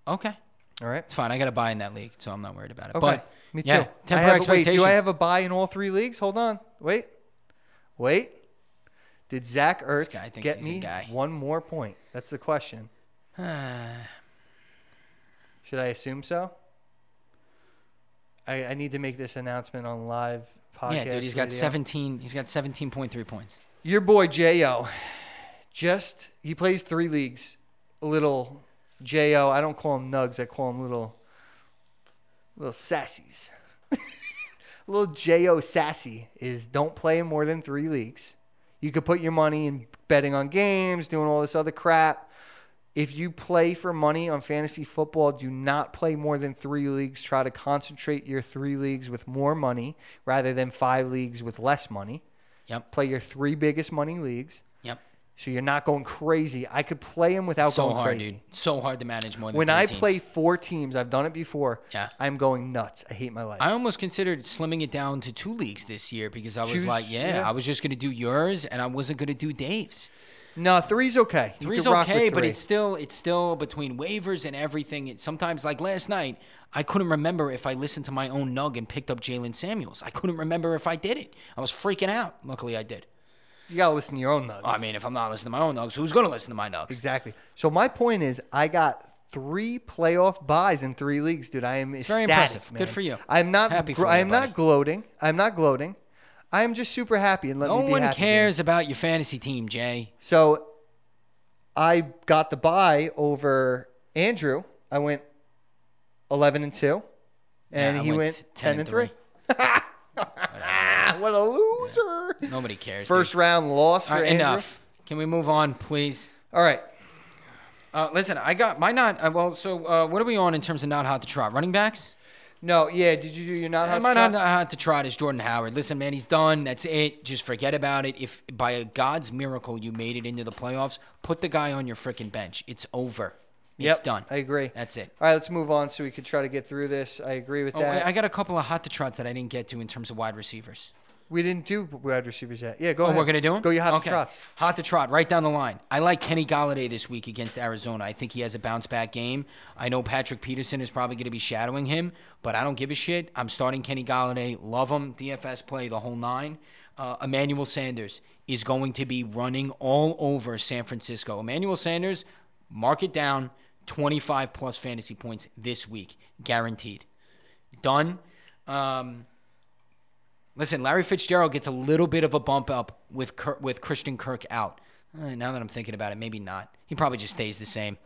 Okay. All right. It's fine. I got a buy in that league, so I'm not worried about it. Okay. But me too. Yeah, I temper have, wait, expectations. do I have a buy in all three leagues? Hold on. Wait. Wait. Did Zach Ertz guy thinks get he's a me guy. one more point? That's the question. <sighs> Should I assume so? I, I need to make this announcement on live podcast. yeah, dude, he's got radio. 17. He's got 17.3 points. Your boy Jo, just he plays three leagues. Little Jo, I don't call him nugs. I call him little, little sassies. <laughs> little Jo sassy is don't play in more than three leagues. You could put your money in betting on games, doing all this other crap. If you play for money on fantasy football, do not play more than three leagues. Try to concentrate your three leagues with more money rather than five leagues with less money Yep. play your three biggest money leagues. Yep. So you're not going crazy. I could play him without So going hard, crazy. dude. So hard to manage more than When three I teams. play four teams, I've done it before. Yeah. I'm going nuts. I hate my life. I almost considered slimming it down to two leagues this year because I was Choose- like, yeah, yeah. I was just going to do yours and I wasn't going to do Dave's. no, three's okay. You Three's can rock with okay, but three. it's still it's still between waivers and everything. It, sometimes, like last night, I couldn't remember if I listened to my own nug and picked up Jalen Samuels. I couldn't remember if I did it. I was freaking out. Luckily, I did. you gotta listen to your own nugs. I mean, if I'm not listening to my own nugs, who's going to listen to my nugs? exactly. So my point is, I got three playoff buys in three leagues, dude. I am very ecstatic, impressive. man. Good for you. I'm not. Happy Happy for you, I am buddy. not gloating. I'm not gloating. I am just super happy and let No me be one happy, dude. cares about your fantasy team, Jay. So I got the buy over Andrew. I went 11 and 2 and Yeah, I he went, 10, and 3. Ah, <laughs> what a loser. Nobody cares. First round loss dude. for All right, Andrew. enough. Can we move on, please? All right. Uh, listen, I got my not. Uh, well, so uh, what are we on in terms of not hot to trot? Running backs? No, yeah, did you do your not I hot might spot? Eh, not hot to trot is Jordan Howard. Listen, man, he's done. That's it. Just forget about it. If by a God's miracle you made it into the playoffs, put the guy on your freaking bench. It's over. It's Yep, done. I agree. That's it. All right, let's move on so we could try to get through this. I agree with Oh, that. I I got a couple of hot to trots that I didn't get to in terms of wide receivers. we didn't do wide receivers yet. Yeah, go Oh, ahead. we're gonna do him. Go your hot okay. shots. Hot to trot, right down the line. I like Kenny Galladay this week against Arizona. I think he has a bounce back game. I know Patrick Peterson is probably gonna be shadowing him, but I don't give a shit. I'm starting Kenny Galladay. Love him. DFS play the whole nine. Uh, Emmanuel Sanders is going to be running all over San Francisco. Emmanuel Sanders, mark it down. 25 plus fantasy points this week, guaranteed. Done. Um, Listen, Larry Fitzgerald gets a little bit of a bump up with Kir- with Christian Kirk out. Uh, now that I'm thinking about it, maybe not. He probably just stays the same.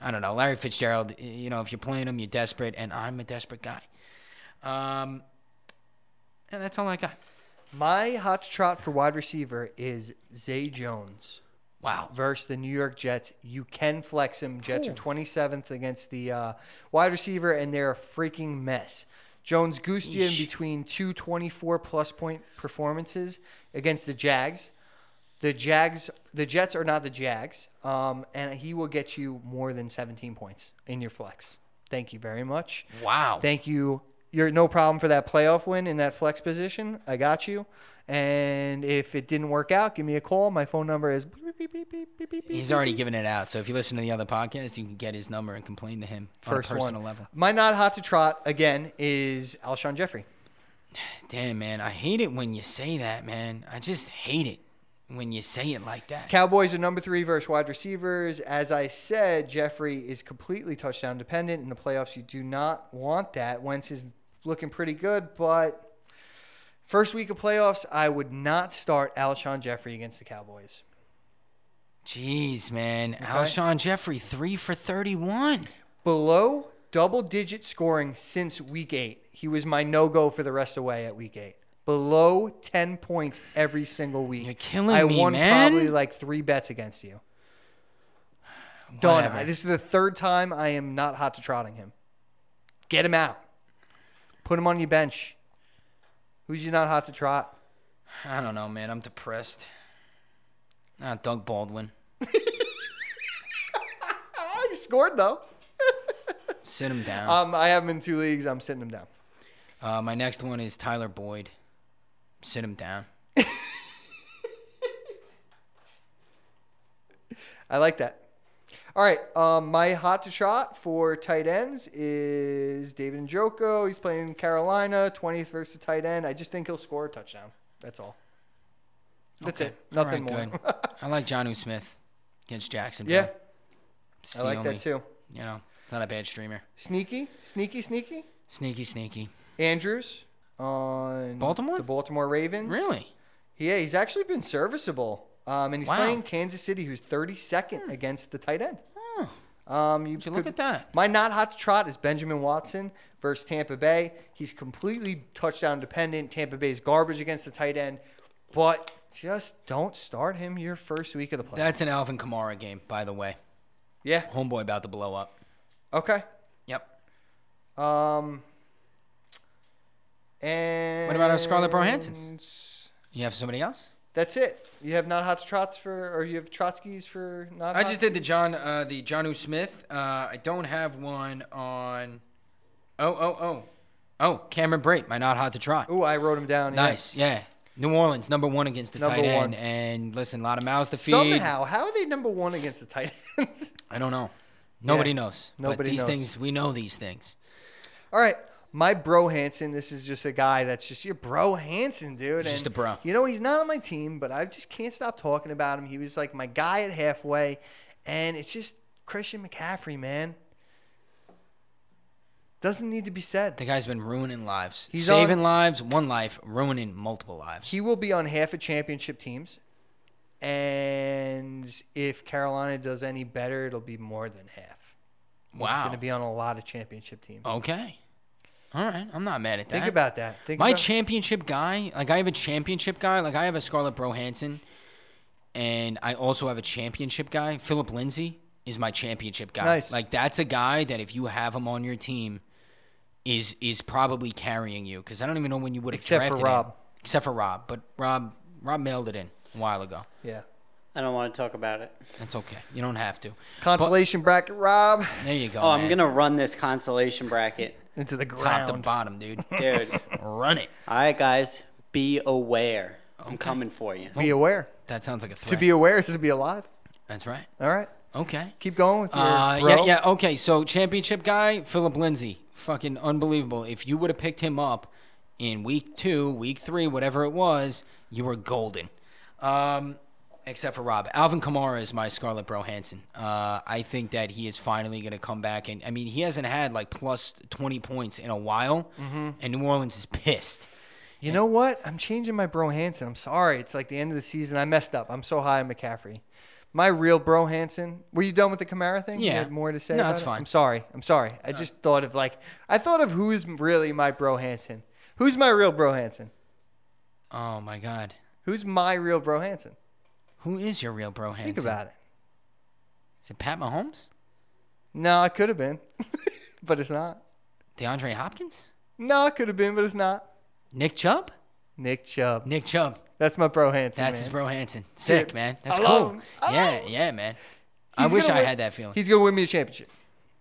I don't know. Larry Fitzgerald, y- you know, if you're playing him, you're desperate, and I'm a desperate guy. Um, and that's all I got. My hot trot for wide receiver is Zay Jones. Wow. versus the New York Jets. You can flex him. Jets are 27th against the uh, wide receiver, and they're a freaking mess. Jones goosed you in between two 24 plus point performances against the Jags. The Jags, the Jets are not the Jags, um, and he will get you more than 17 points in your flex. Thank you very much. Wow. Thank you. You're no problem for that playoff win in that flex position. I got you. And if it didn't work out, give me a call. My phone number is. beep, beep, beep, beep, beep, beep, beep, He's already given it out. So if you listen to the other podcast, you can get his number and complain to him first on a personal one. level. My not hot to trot again is Alshon Jeffrey. Damn, man. I hate it when you say that, man. I just hate it when you say it like that. Cowboys are number three versus wide receivers. As I said, Jeffrey is completely touchdown dependent in the playoffs. You do not want that. Wentz is looking pretty good, but first week of playoffs, I would not start Alshon Jeffrey against the Cowboys. Jeez, man. Alshon Jeffrey, three for 31. below double digit scoring since week eight. He was my no go for the rest of the way at week eight. Below 10 points every single week. You're killing I me, won man. probably like three bets against you. Done. Whatever. This is the third time I am not hot to trotting him. Get him out. Put him on your bench. Who's you not hot to trot? I don't know, man. I'm depressed. Ah, Doug Baldwin. Oh, he scored though. Sit him down. Um, I have him in two leagues. I'm sitting him down. Uh, my next one is Tyler Boyd. Sit him down. I like that. All right. Um, my hot to trot for tight ends is David Njoko. He's playing Carolina, 20th versus tight end. I just think he'll score a touchdown. That's all. That's Okay. it. Nothing All right, more. good. I like John U. Smith against <laughs> Jacksonville. yeah, It's I the like only- that too. You know, it's not a bad streamer. Sneaky, sneaky, sneaky. Sneaky, sneaky. Andrews on Baltimore? the Baltimore Ravens. Really? Yeah, he's actually been serviceable. Um, and he's Wow. playing Kansas City, who's 32nd against the tight end. Oh, Um, you did you look could- at that? My not hot to trot is Benjamin Watson versus Tampa Bay. He's completely touchdown dependent. Tampa Bay's garbage against the tight end, but just don't start him your first week of the play. That's an Alvin Kamara game, by the way. yeah. Homeboy about to blow up. Okay. Yep. Um. And about our Scarlett Johanssons? You have somebody else? That's it. You have not hot to trots for, or you have Trotskys for not. I hot? just did the John, uh, the John U. Smith. Uh, I don't have one on. Oh, oh, oh. Oh, Cameron Brate, my not hot to trot. Ooh, I wrote him down. yeah. Nice, yeah. New Orleans, number one against the Number tight one. end. And listen, a lot of mouths to feed. Somehow, how are they number one against the tight ends? I don't know. Nobody Yeah. knows. but Nobody these knows. things, we know these things. All right. My bro Hanson, this is just a guy that's just your bro Hanson, dude. He's just And, a bro. You know, he's not on my team, but I just can't stop talking about him. He was like my guy at halfway, and it's just Christian McCaffrey, man. Doesn't need to be said. The guy's been ruining lives. He's Saving on- lives, one life, ruining multiple lives. He will be on half of championship teams, and if Carolina does any better, it'll be more than half. He's Wow. going to be on a lot of championship teams. okay. All right. I'm not mad at that. Think about that. Think My about- championship guy, like I have a championship guy, like I have a Scarlett Brohanson, and I also have a championship guy. Philip Lindsay is my championship guy. Nice. Like that's a guy that if you have him on your team, is is probably carrying you because I don't even know when you would have Except for drafted him. Rob. Except for Rob, but Rob Rob mailed it in a while ago. yeah. I don't want to talk about it. That's okay. You don't have to. Consolation bracket, Rob. <laughs> There you go. Oh, I'm man. gonna run this <laughs> consolation bracket, Into the top ground. to bottom, dude. dude. Run it. All right, guys, be aware. I'm coming for you. Be aware. That sounds like a To threat. be aware is to be alive. that's right. All right. Okay. Keep going with your Uh, bro. yeah, yeah. Okay, so championship guy Philip Lindsay, fucking unbelievable. If you would have picked him up in week two, week three, whatever it was, you were golden. Um, except for Rob, Alvin Kamara is my Scarlett Brohanson. Uh, I think that he is finally going to come back, and I mean he hasn't had like plus twenty points in a while, Mm-hmm. and New Orleans is pissed. You know what? I'm changing my bro Hanson. I'm sorry. It's like the end of the season. I messed up. I'm so high on McCaffrey. My real bro Hanson. Were you done with the Camara thing? You Yeah. had more to say. No, about it's it? fine. I'm sorry. I'm sorry. I just thought of like I thought of who's really my bro Hanson. Who's my real bro Hanson? Oh my God, Who's my real bro Hanson? who is your real Brohanson? Think about it. Is it Pat Mahomes? No, it could have been, <laughs> but it's not. DeAndre Hopkins? No, it could have been, but it's not. Nick Chubb? Nick Chubb. Nick Chubb. That's my bro Hanson. That's man. his bro Hanson. Sick, Dude, man. That's I cool. love him. I Yeah, love him. yeah, man. I He's wish gonna I win- had that feeling. He's gonna win me a championship.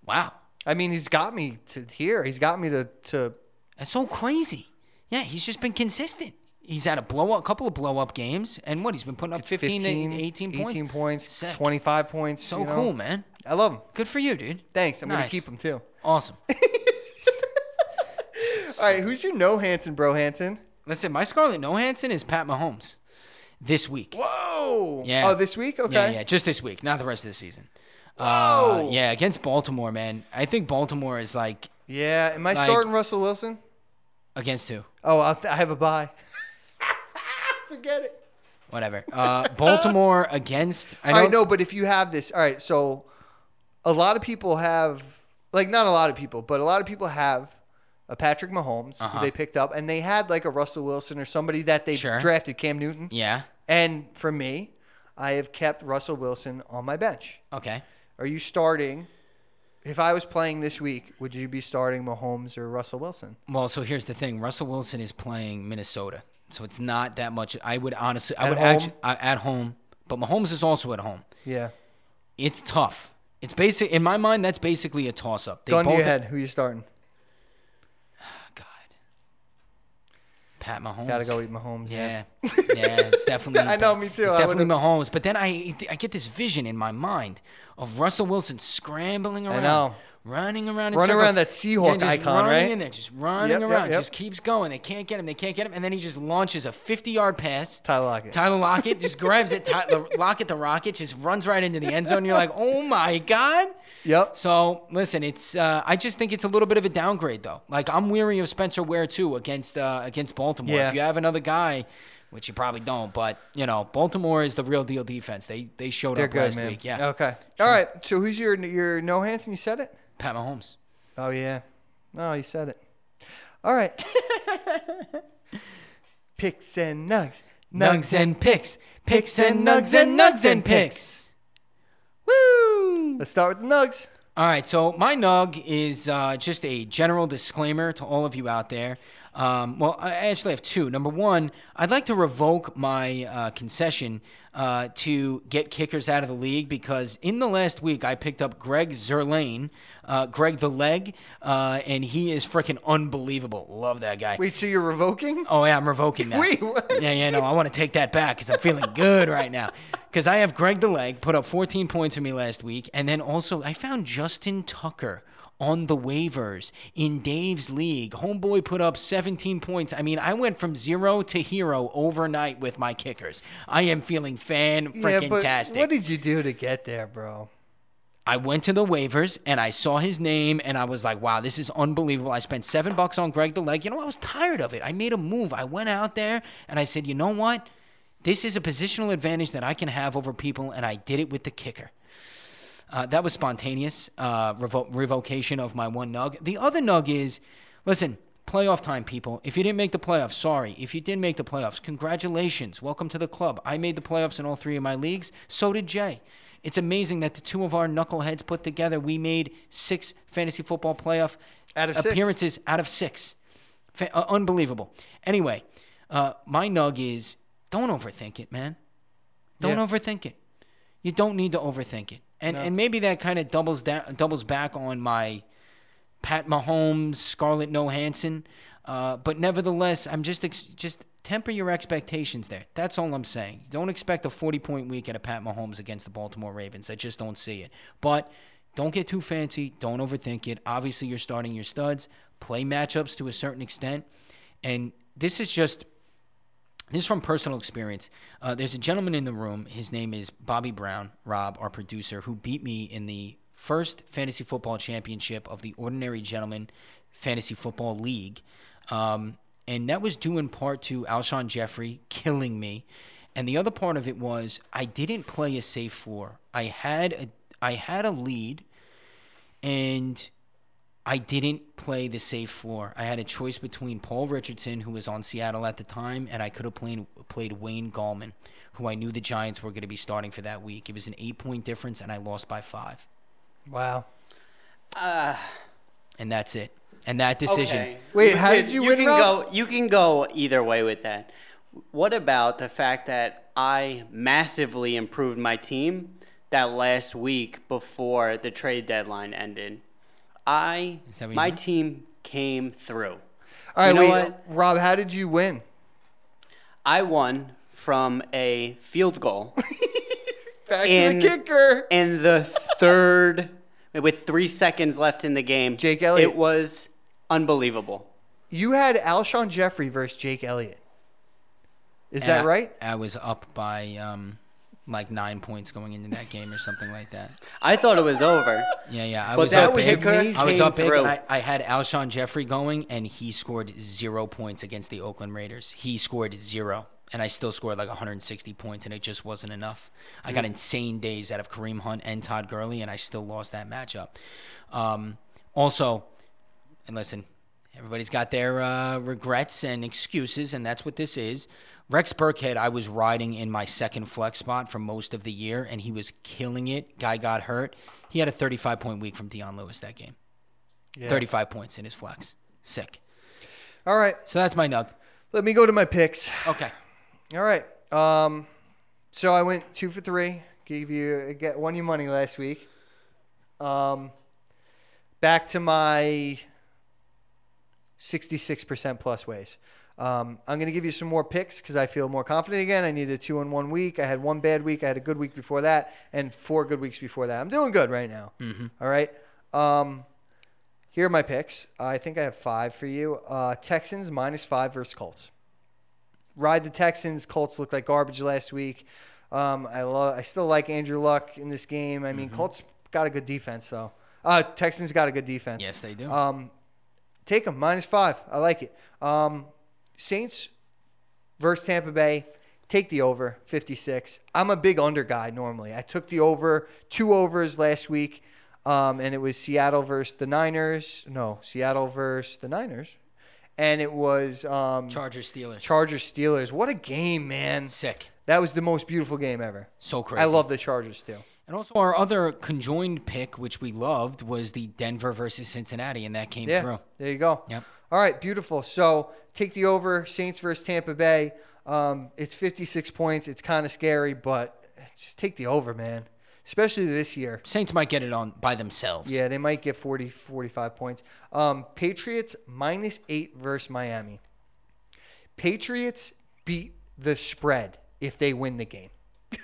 wow. I mean, he's got me to here. He's got me to to. That's so crazy. Yeah, he's just been consistent. He's had a blow up, couple of blow up games, and what he's been putting up 15, to 18 points. 18 points, Sick. 25 points. So you know? cool, man. I love him. Good for you, dude. Thanks. I'm gonna Nice. keep him too. <laughs> Awesome. All right, who's your no Hanson, bro Hanson? Listen, my Scarlett Johansson is Pat Mahomes this week. Whoa. Yeah. Oh, this week? Okay. Yeah, yeah, just this week, not the rest of the season. Uh, Whoa. yeah, against Baltimore, man. I think Baltimore is like Yeah, Am I Like- starting Russell Wilson? against who? Oh, I'll I have a bye. Forget it. Whatever. Uh, <laughs> Baltimore against. I know, I know, but if you have this, all right. So, a lot of people have, like, not a lot of people, but a lot of people have a Patrick Mahomes who they picked up, and they had like a Russell Wilson or somebody that they Uh-huh. Sure. drafted, Cam Newton. Yeah. And for me, I have kept Russell Wilson on my bench. Okay. Are you starting? If I was playing this week, would you be starting Mahomes or Russell Wilson? Well, so here's the thing: Russell Wilson is playing Minnesota, so it's not that much. I would honestly, I At would home? actually I, at home, but Mahomes is also at home. Yeah. It's tough. It's basic in my mind. That's basically a toss up. They Gun to both- Oh, your head. Who you starting? God. Pat Mahomes. Gotta go eat Mahomes. man. Yeah, <laughs> yeah, it's definitely. <laughs> I know, me too. It's I definitely Mahomes. But then I, I get this vision in my mind of Russell Wilson scrambling around, know. running around, in Running around circles. that Seahawk Yeah, just icon, running right? In there, just running Yep, yep, around, yep. just keeps going. They can't get him. They can't get him. And then he just launches a 50-yard pass. Tyler Lockett. Tyler Lockett just grabs it. Ty- the Lockett, the Rocket, just runs right into the end zone. You're like, oh my god. Yep. So listen, it's uh, I just think it's a little bit of a downgrade though. Like I'm weary of Spencer Ware too against uh, against Baltimore. Yeah. If you have another guy, which you probably don't, but you know Baltimore is the real deal defense. They they showed They're up good, last man. week. Yeah, Okay. All right. So who's your your no Hansen? You said it. Pat Mahomes. Oh yeah. No, you said it. All right. Picks and nugs. Nugs and picks, picks and nugs and nugs and picks. Woo! Let's start with the nugs. All right, so my nug is uh, just a general disclaimer to all of you out there. Um, well, I actually have two. Number one, I'd like to revoke my uh, concession uh, to get kickers out of the league because in the last week I picked up Greg Zerlane, uh, Greg the Leg, uh, and he is freaking unbelievable. Love that guy. Wait, so you're revoking? <laughs> Oh yeah, I'm revoking that. Wait, what? Yeah, yeah, no, I want to take that back because I'm feeling good right now. <laughs> Because I have Greg DeLeg put up 14 points for me last week, and then also I found Justin Tucker on the waivers in Dave's league. Homeboy put up 17 points. I mean, I went from zero to hero overnight with my kickers. I am feeling fan freaking tastic. What did you do to get there, bro? I went to the waivers and I saw his name and I was like, wow, this is unbelievable. I spent seven bucks on Greg the Leg. You know, I was tired of it. I made a move. I went out there and I said, you know what? This is a positional advantage that I can have over people, and I did it with the kicker. Uh, that was spontaneous uh, revo- revocation of my one nug. The other nug is, listen, playoff time, people. If you didn't make the playoffs, sorry. If you did make the playoffs, congratulations. Welcome to the club. I made the playoffs in all three of my leagues. So did Jay. It's amazing that the two of our knuckleheads put together, we made six fantasy football playoff Out of six. appearances out of six. Fa- uh, unbelievable. Anyway, uh, my nug is don't overthink it, man. Don't Yeah. overthink it. You don't need to overthink it. And and maybe that kind of doubles down, doubles back on my Pat Mahomes, Scarlett Johansson. Uh, but nevertheless, I'm just ex- just temper your expectations there. That's all I'm saying. Don't expect a 40 point week out of Pat Mahomes against the Baltimore Ravens. I just don't see it. But don't get too fancy. Don't overthink it. Obviously, you're starting your studs. Play matchups to a certain extent, and this is just this is from personal experience. Uh, there's a gentleman in the room. His name is Bobby Brown, Rob, our producer, who beat me in the first fantasy football championship of the Ordinary Gentleman Fantasy Football League. Um, and that was due in part to Alshon Jeffrey killing me. And the other part of it was I didn't play a safe floor. I had a, I had a lead, and I didn't play the safe floor. I had a choice between Paul Richardson, who was on Seattle at the time, and I could have played, played Wayne Gallman, who I knew the Giants were going to be starting for that week. It was an eight point difference, and I lost by five. Wow. Ah. And that's it. And that decision. Okay. Wait, how did you win, can Rob? go. You can go either way with that. What about the fact that I massively improved my team that last week before the trade deadline ended? I that what you my mean? team came through. All right, You know wait, what? Rob. How did you win? I won from a <laughs> field goal Back In- to the kicker. in the third with 3 seconds left in the game. Jake Elliott. It was unbelievable. You had Alshon Jeffrey versus Jake Elliott. Is And that I- right? I was up by um, like nine points going into that game or something like that. I thought it <laughs> was over. Yeah, yeah. I But was that up was big. amazing. I was up Came big. And through. I, I had Alshon Jeffrey going, and he scored zero points against the Oakland Raiders. He scored zero, and I still scored like 160 points, and it just wasn't enough. I got insane days out of Kareem Hunt and Todd Gurley, and I still lost that matchup. Um, also, and listen, Everybody's got their uh, regrets and excuses, and that's what this is. Rex Burkhead, I was riding in my second flex spot for most of the year, and he was killing it. Guy got hurt. He had a 35 point week from Deion Lewis that game. 35 points in his flex. Sick. All right. So that's my nug. Let me go to my picks. Okay. All right. Um, so I went two for three. Gave you get won your money last week. Um, back to my sixty-six percent plus ways. Um, I'm going to give you some more picks because I feel more confident again. I needed two in one week. I had one bad week. I had a good week before that, and four good weeks before that. I'm doing good right now. All right. Um, here are my picks. I think I have five for you. Uh, Texans minus five versus Colts ride the Texans. Colts looked like garbage last week. Um, I love. I still like Andrew Luck in this game. I mean, Colts got a good defense though. Uh, Texans got a good defense. Yes, they do. Um, take them minus five. I like it. Um, Saints versus Tampa Bay. Take the over 56. I'm a big under guy normally. I took the over two overs last week, um, and it was Seattle versus the Niners. No, Seattle versus the Niners, and it was um, Chargers, Steelers. Chargers Steelers. What a game, man. Sick. That was the most beautiful game ever. So crazy. I love the Chargers too. And also, our other conjoined pick, which we loved, was the Denver versus Cincinnati, and that came Yeah. through. There you go. Yep. All right, beautiful. So take the over, Saints versus Tampa Bay. Um, it's 56 points. It's kind of scary, but just take the over, man. Especially this year. Saints might get it on by themselves. Yeah, they might get 40, 45 points. Um, Patriots minus eight versus Miami. Patriots beat the spread if they win the game.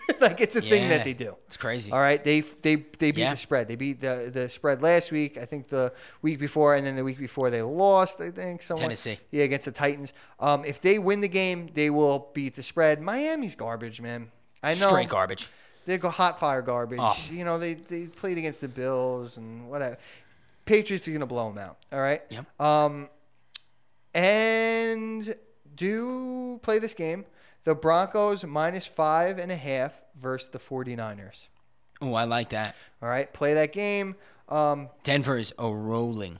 <laughs> like, it's a thing that Yeah. they do. It's crazy. All right, they they they beat Yeah. the spread. They beat the the spread last week. I think the week before, and then the week before they lost. I think someone Tennessee. yeah, against the Titans. Um, if they win the game, they will beat the spread. Miami's garbage, man. I know Straight garbage. they go hot fire garbage. Oh. You know they they played against the Bills and whatever. Patriots are gonna blow them out. All right. Yep. Um, and do play this game. The Broncos minus five and a half versus the 49ers. Oh, I like that. All right, play that game. Um, Denver is a rolling.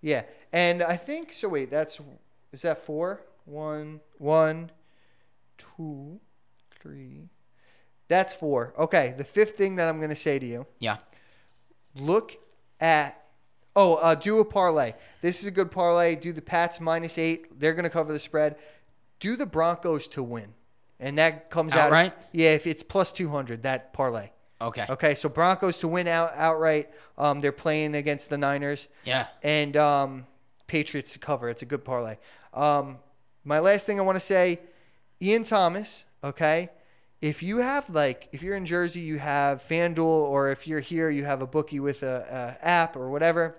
yeah, and I think so. Wait, that's is that four? One, one, two, three. That's four. Okay, the fifth thing that I'm going to say to you: Yeah. look at. Oh, uh, do a parlay. This is a good parlay. Do the Pats minus eight. They're going to cover the spread. Do the Broncos to win, and that comes out Outright? Yeah, if it's plus two hundred, that parlay. Okay. Okay, so Broncos to win out outright. Um, they're playing against the Niners Yeah. and um, Patriots to cover. It's a good parlay. Um, my last thing I want to say, Ian Thomas. Okay, if you have like, if you're in Jersey, you have FanDuel, or if you're here, you have a bookie with a, a app or whatever.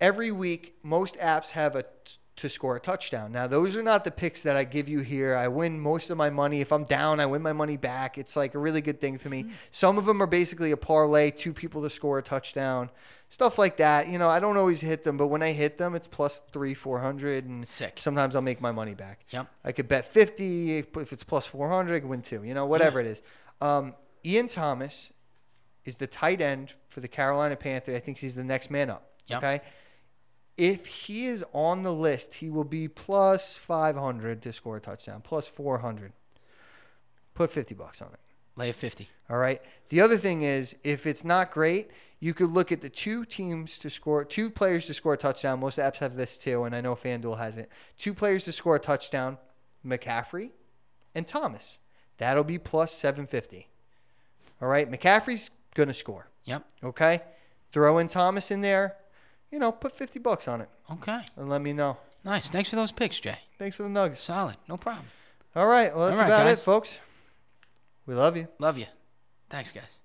Every week, most apps have a t- to score a touchdown. Now, those are not the picks that I give you here. I win most of my money. If I'm down, I win my money back. It's like a really good thing for me. Some of them are basically a parlay, two people to score a touchdown, stuff like that. You know, I don't always hit them, but when I hit them, it's plus three, four hundred, and Sick. sometimes I'll make my money back. Yep. I could bet 50. If it's plus 400, I could win two, you know, whatever it is. Um, Ian Thomas is the tight end for the Carolina Panthers. I think he's the next man up. Yep. Okay. If he is on the list, he will be plus 500 to score a touchdown, plus 400. Put 50 bucks on it. Lay a 50. All right. The other thing is, if it's not great, you could look at the two teams to score, two players to score a touchdown. Most apps have this too, and I know FanDuel has it. Two players to score a touchdown: McCaffrey and Thomas. That'll be plus seven fifty. All right. McCaffrey's gonna score. Yep. Okay. Throw in Thomas in there. You know, put fifty bucks on it Okay. and let me know. Nice. Thanks for those picks, Jay. Thanks for the nugs. Solid. No problem. All right. Well, that's All right, about guys. it, folks. We love you. Love you. Thanks, guys.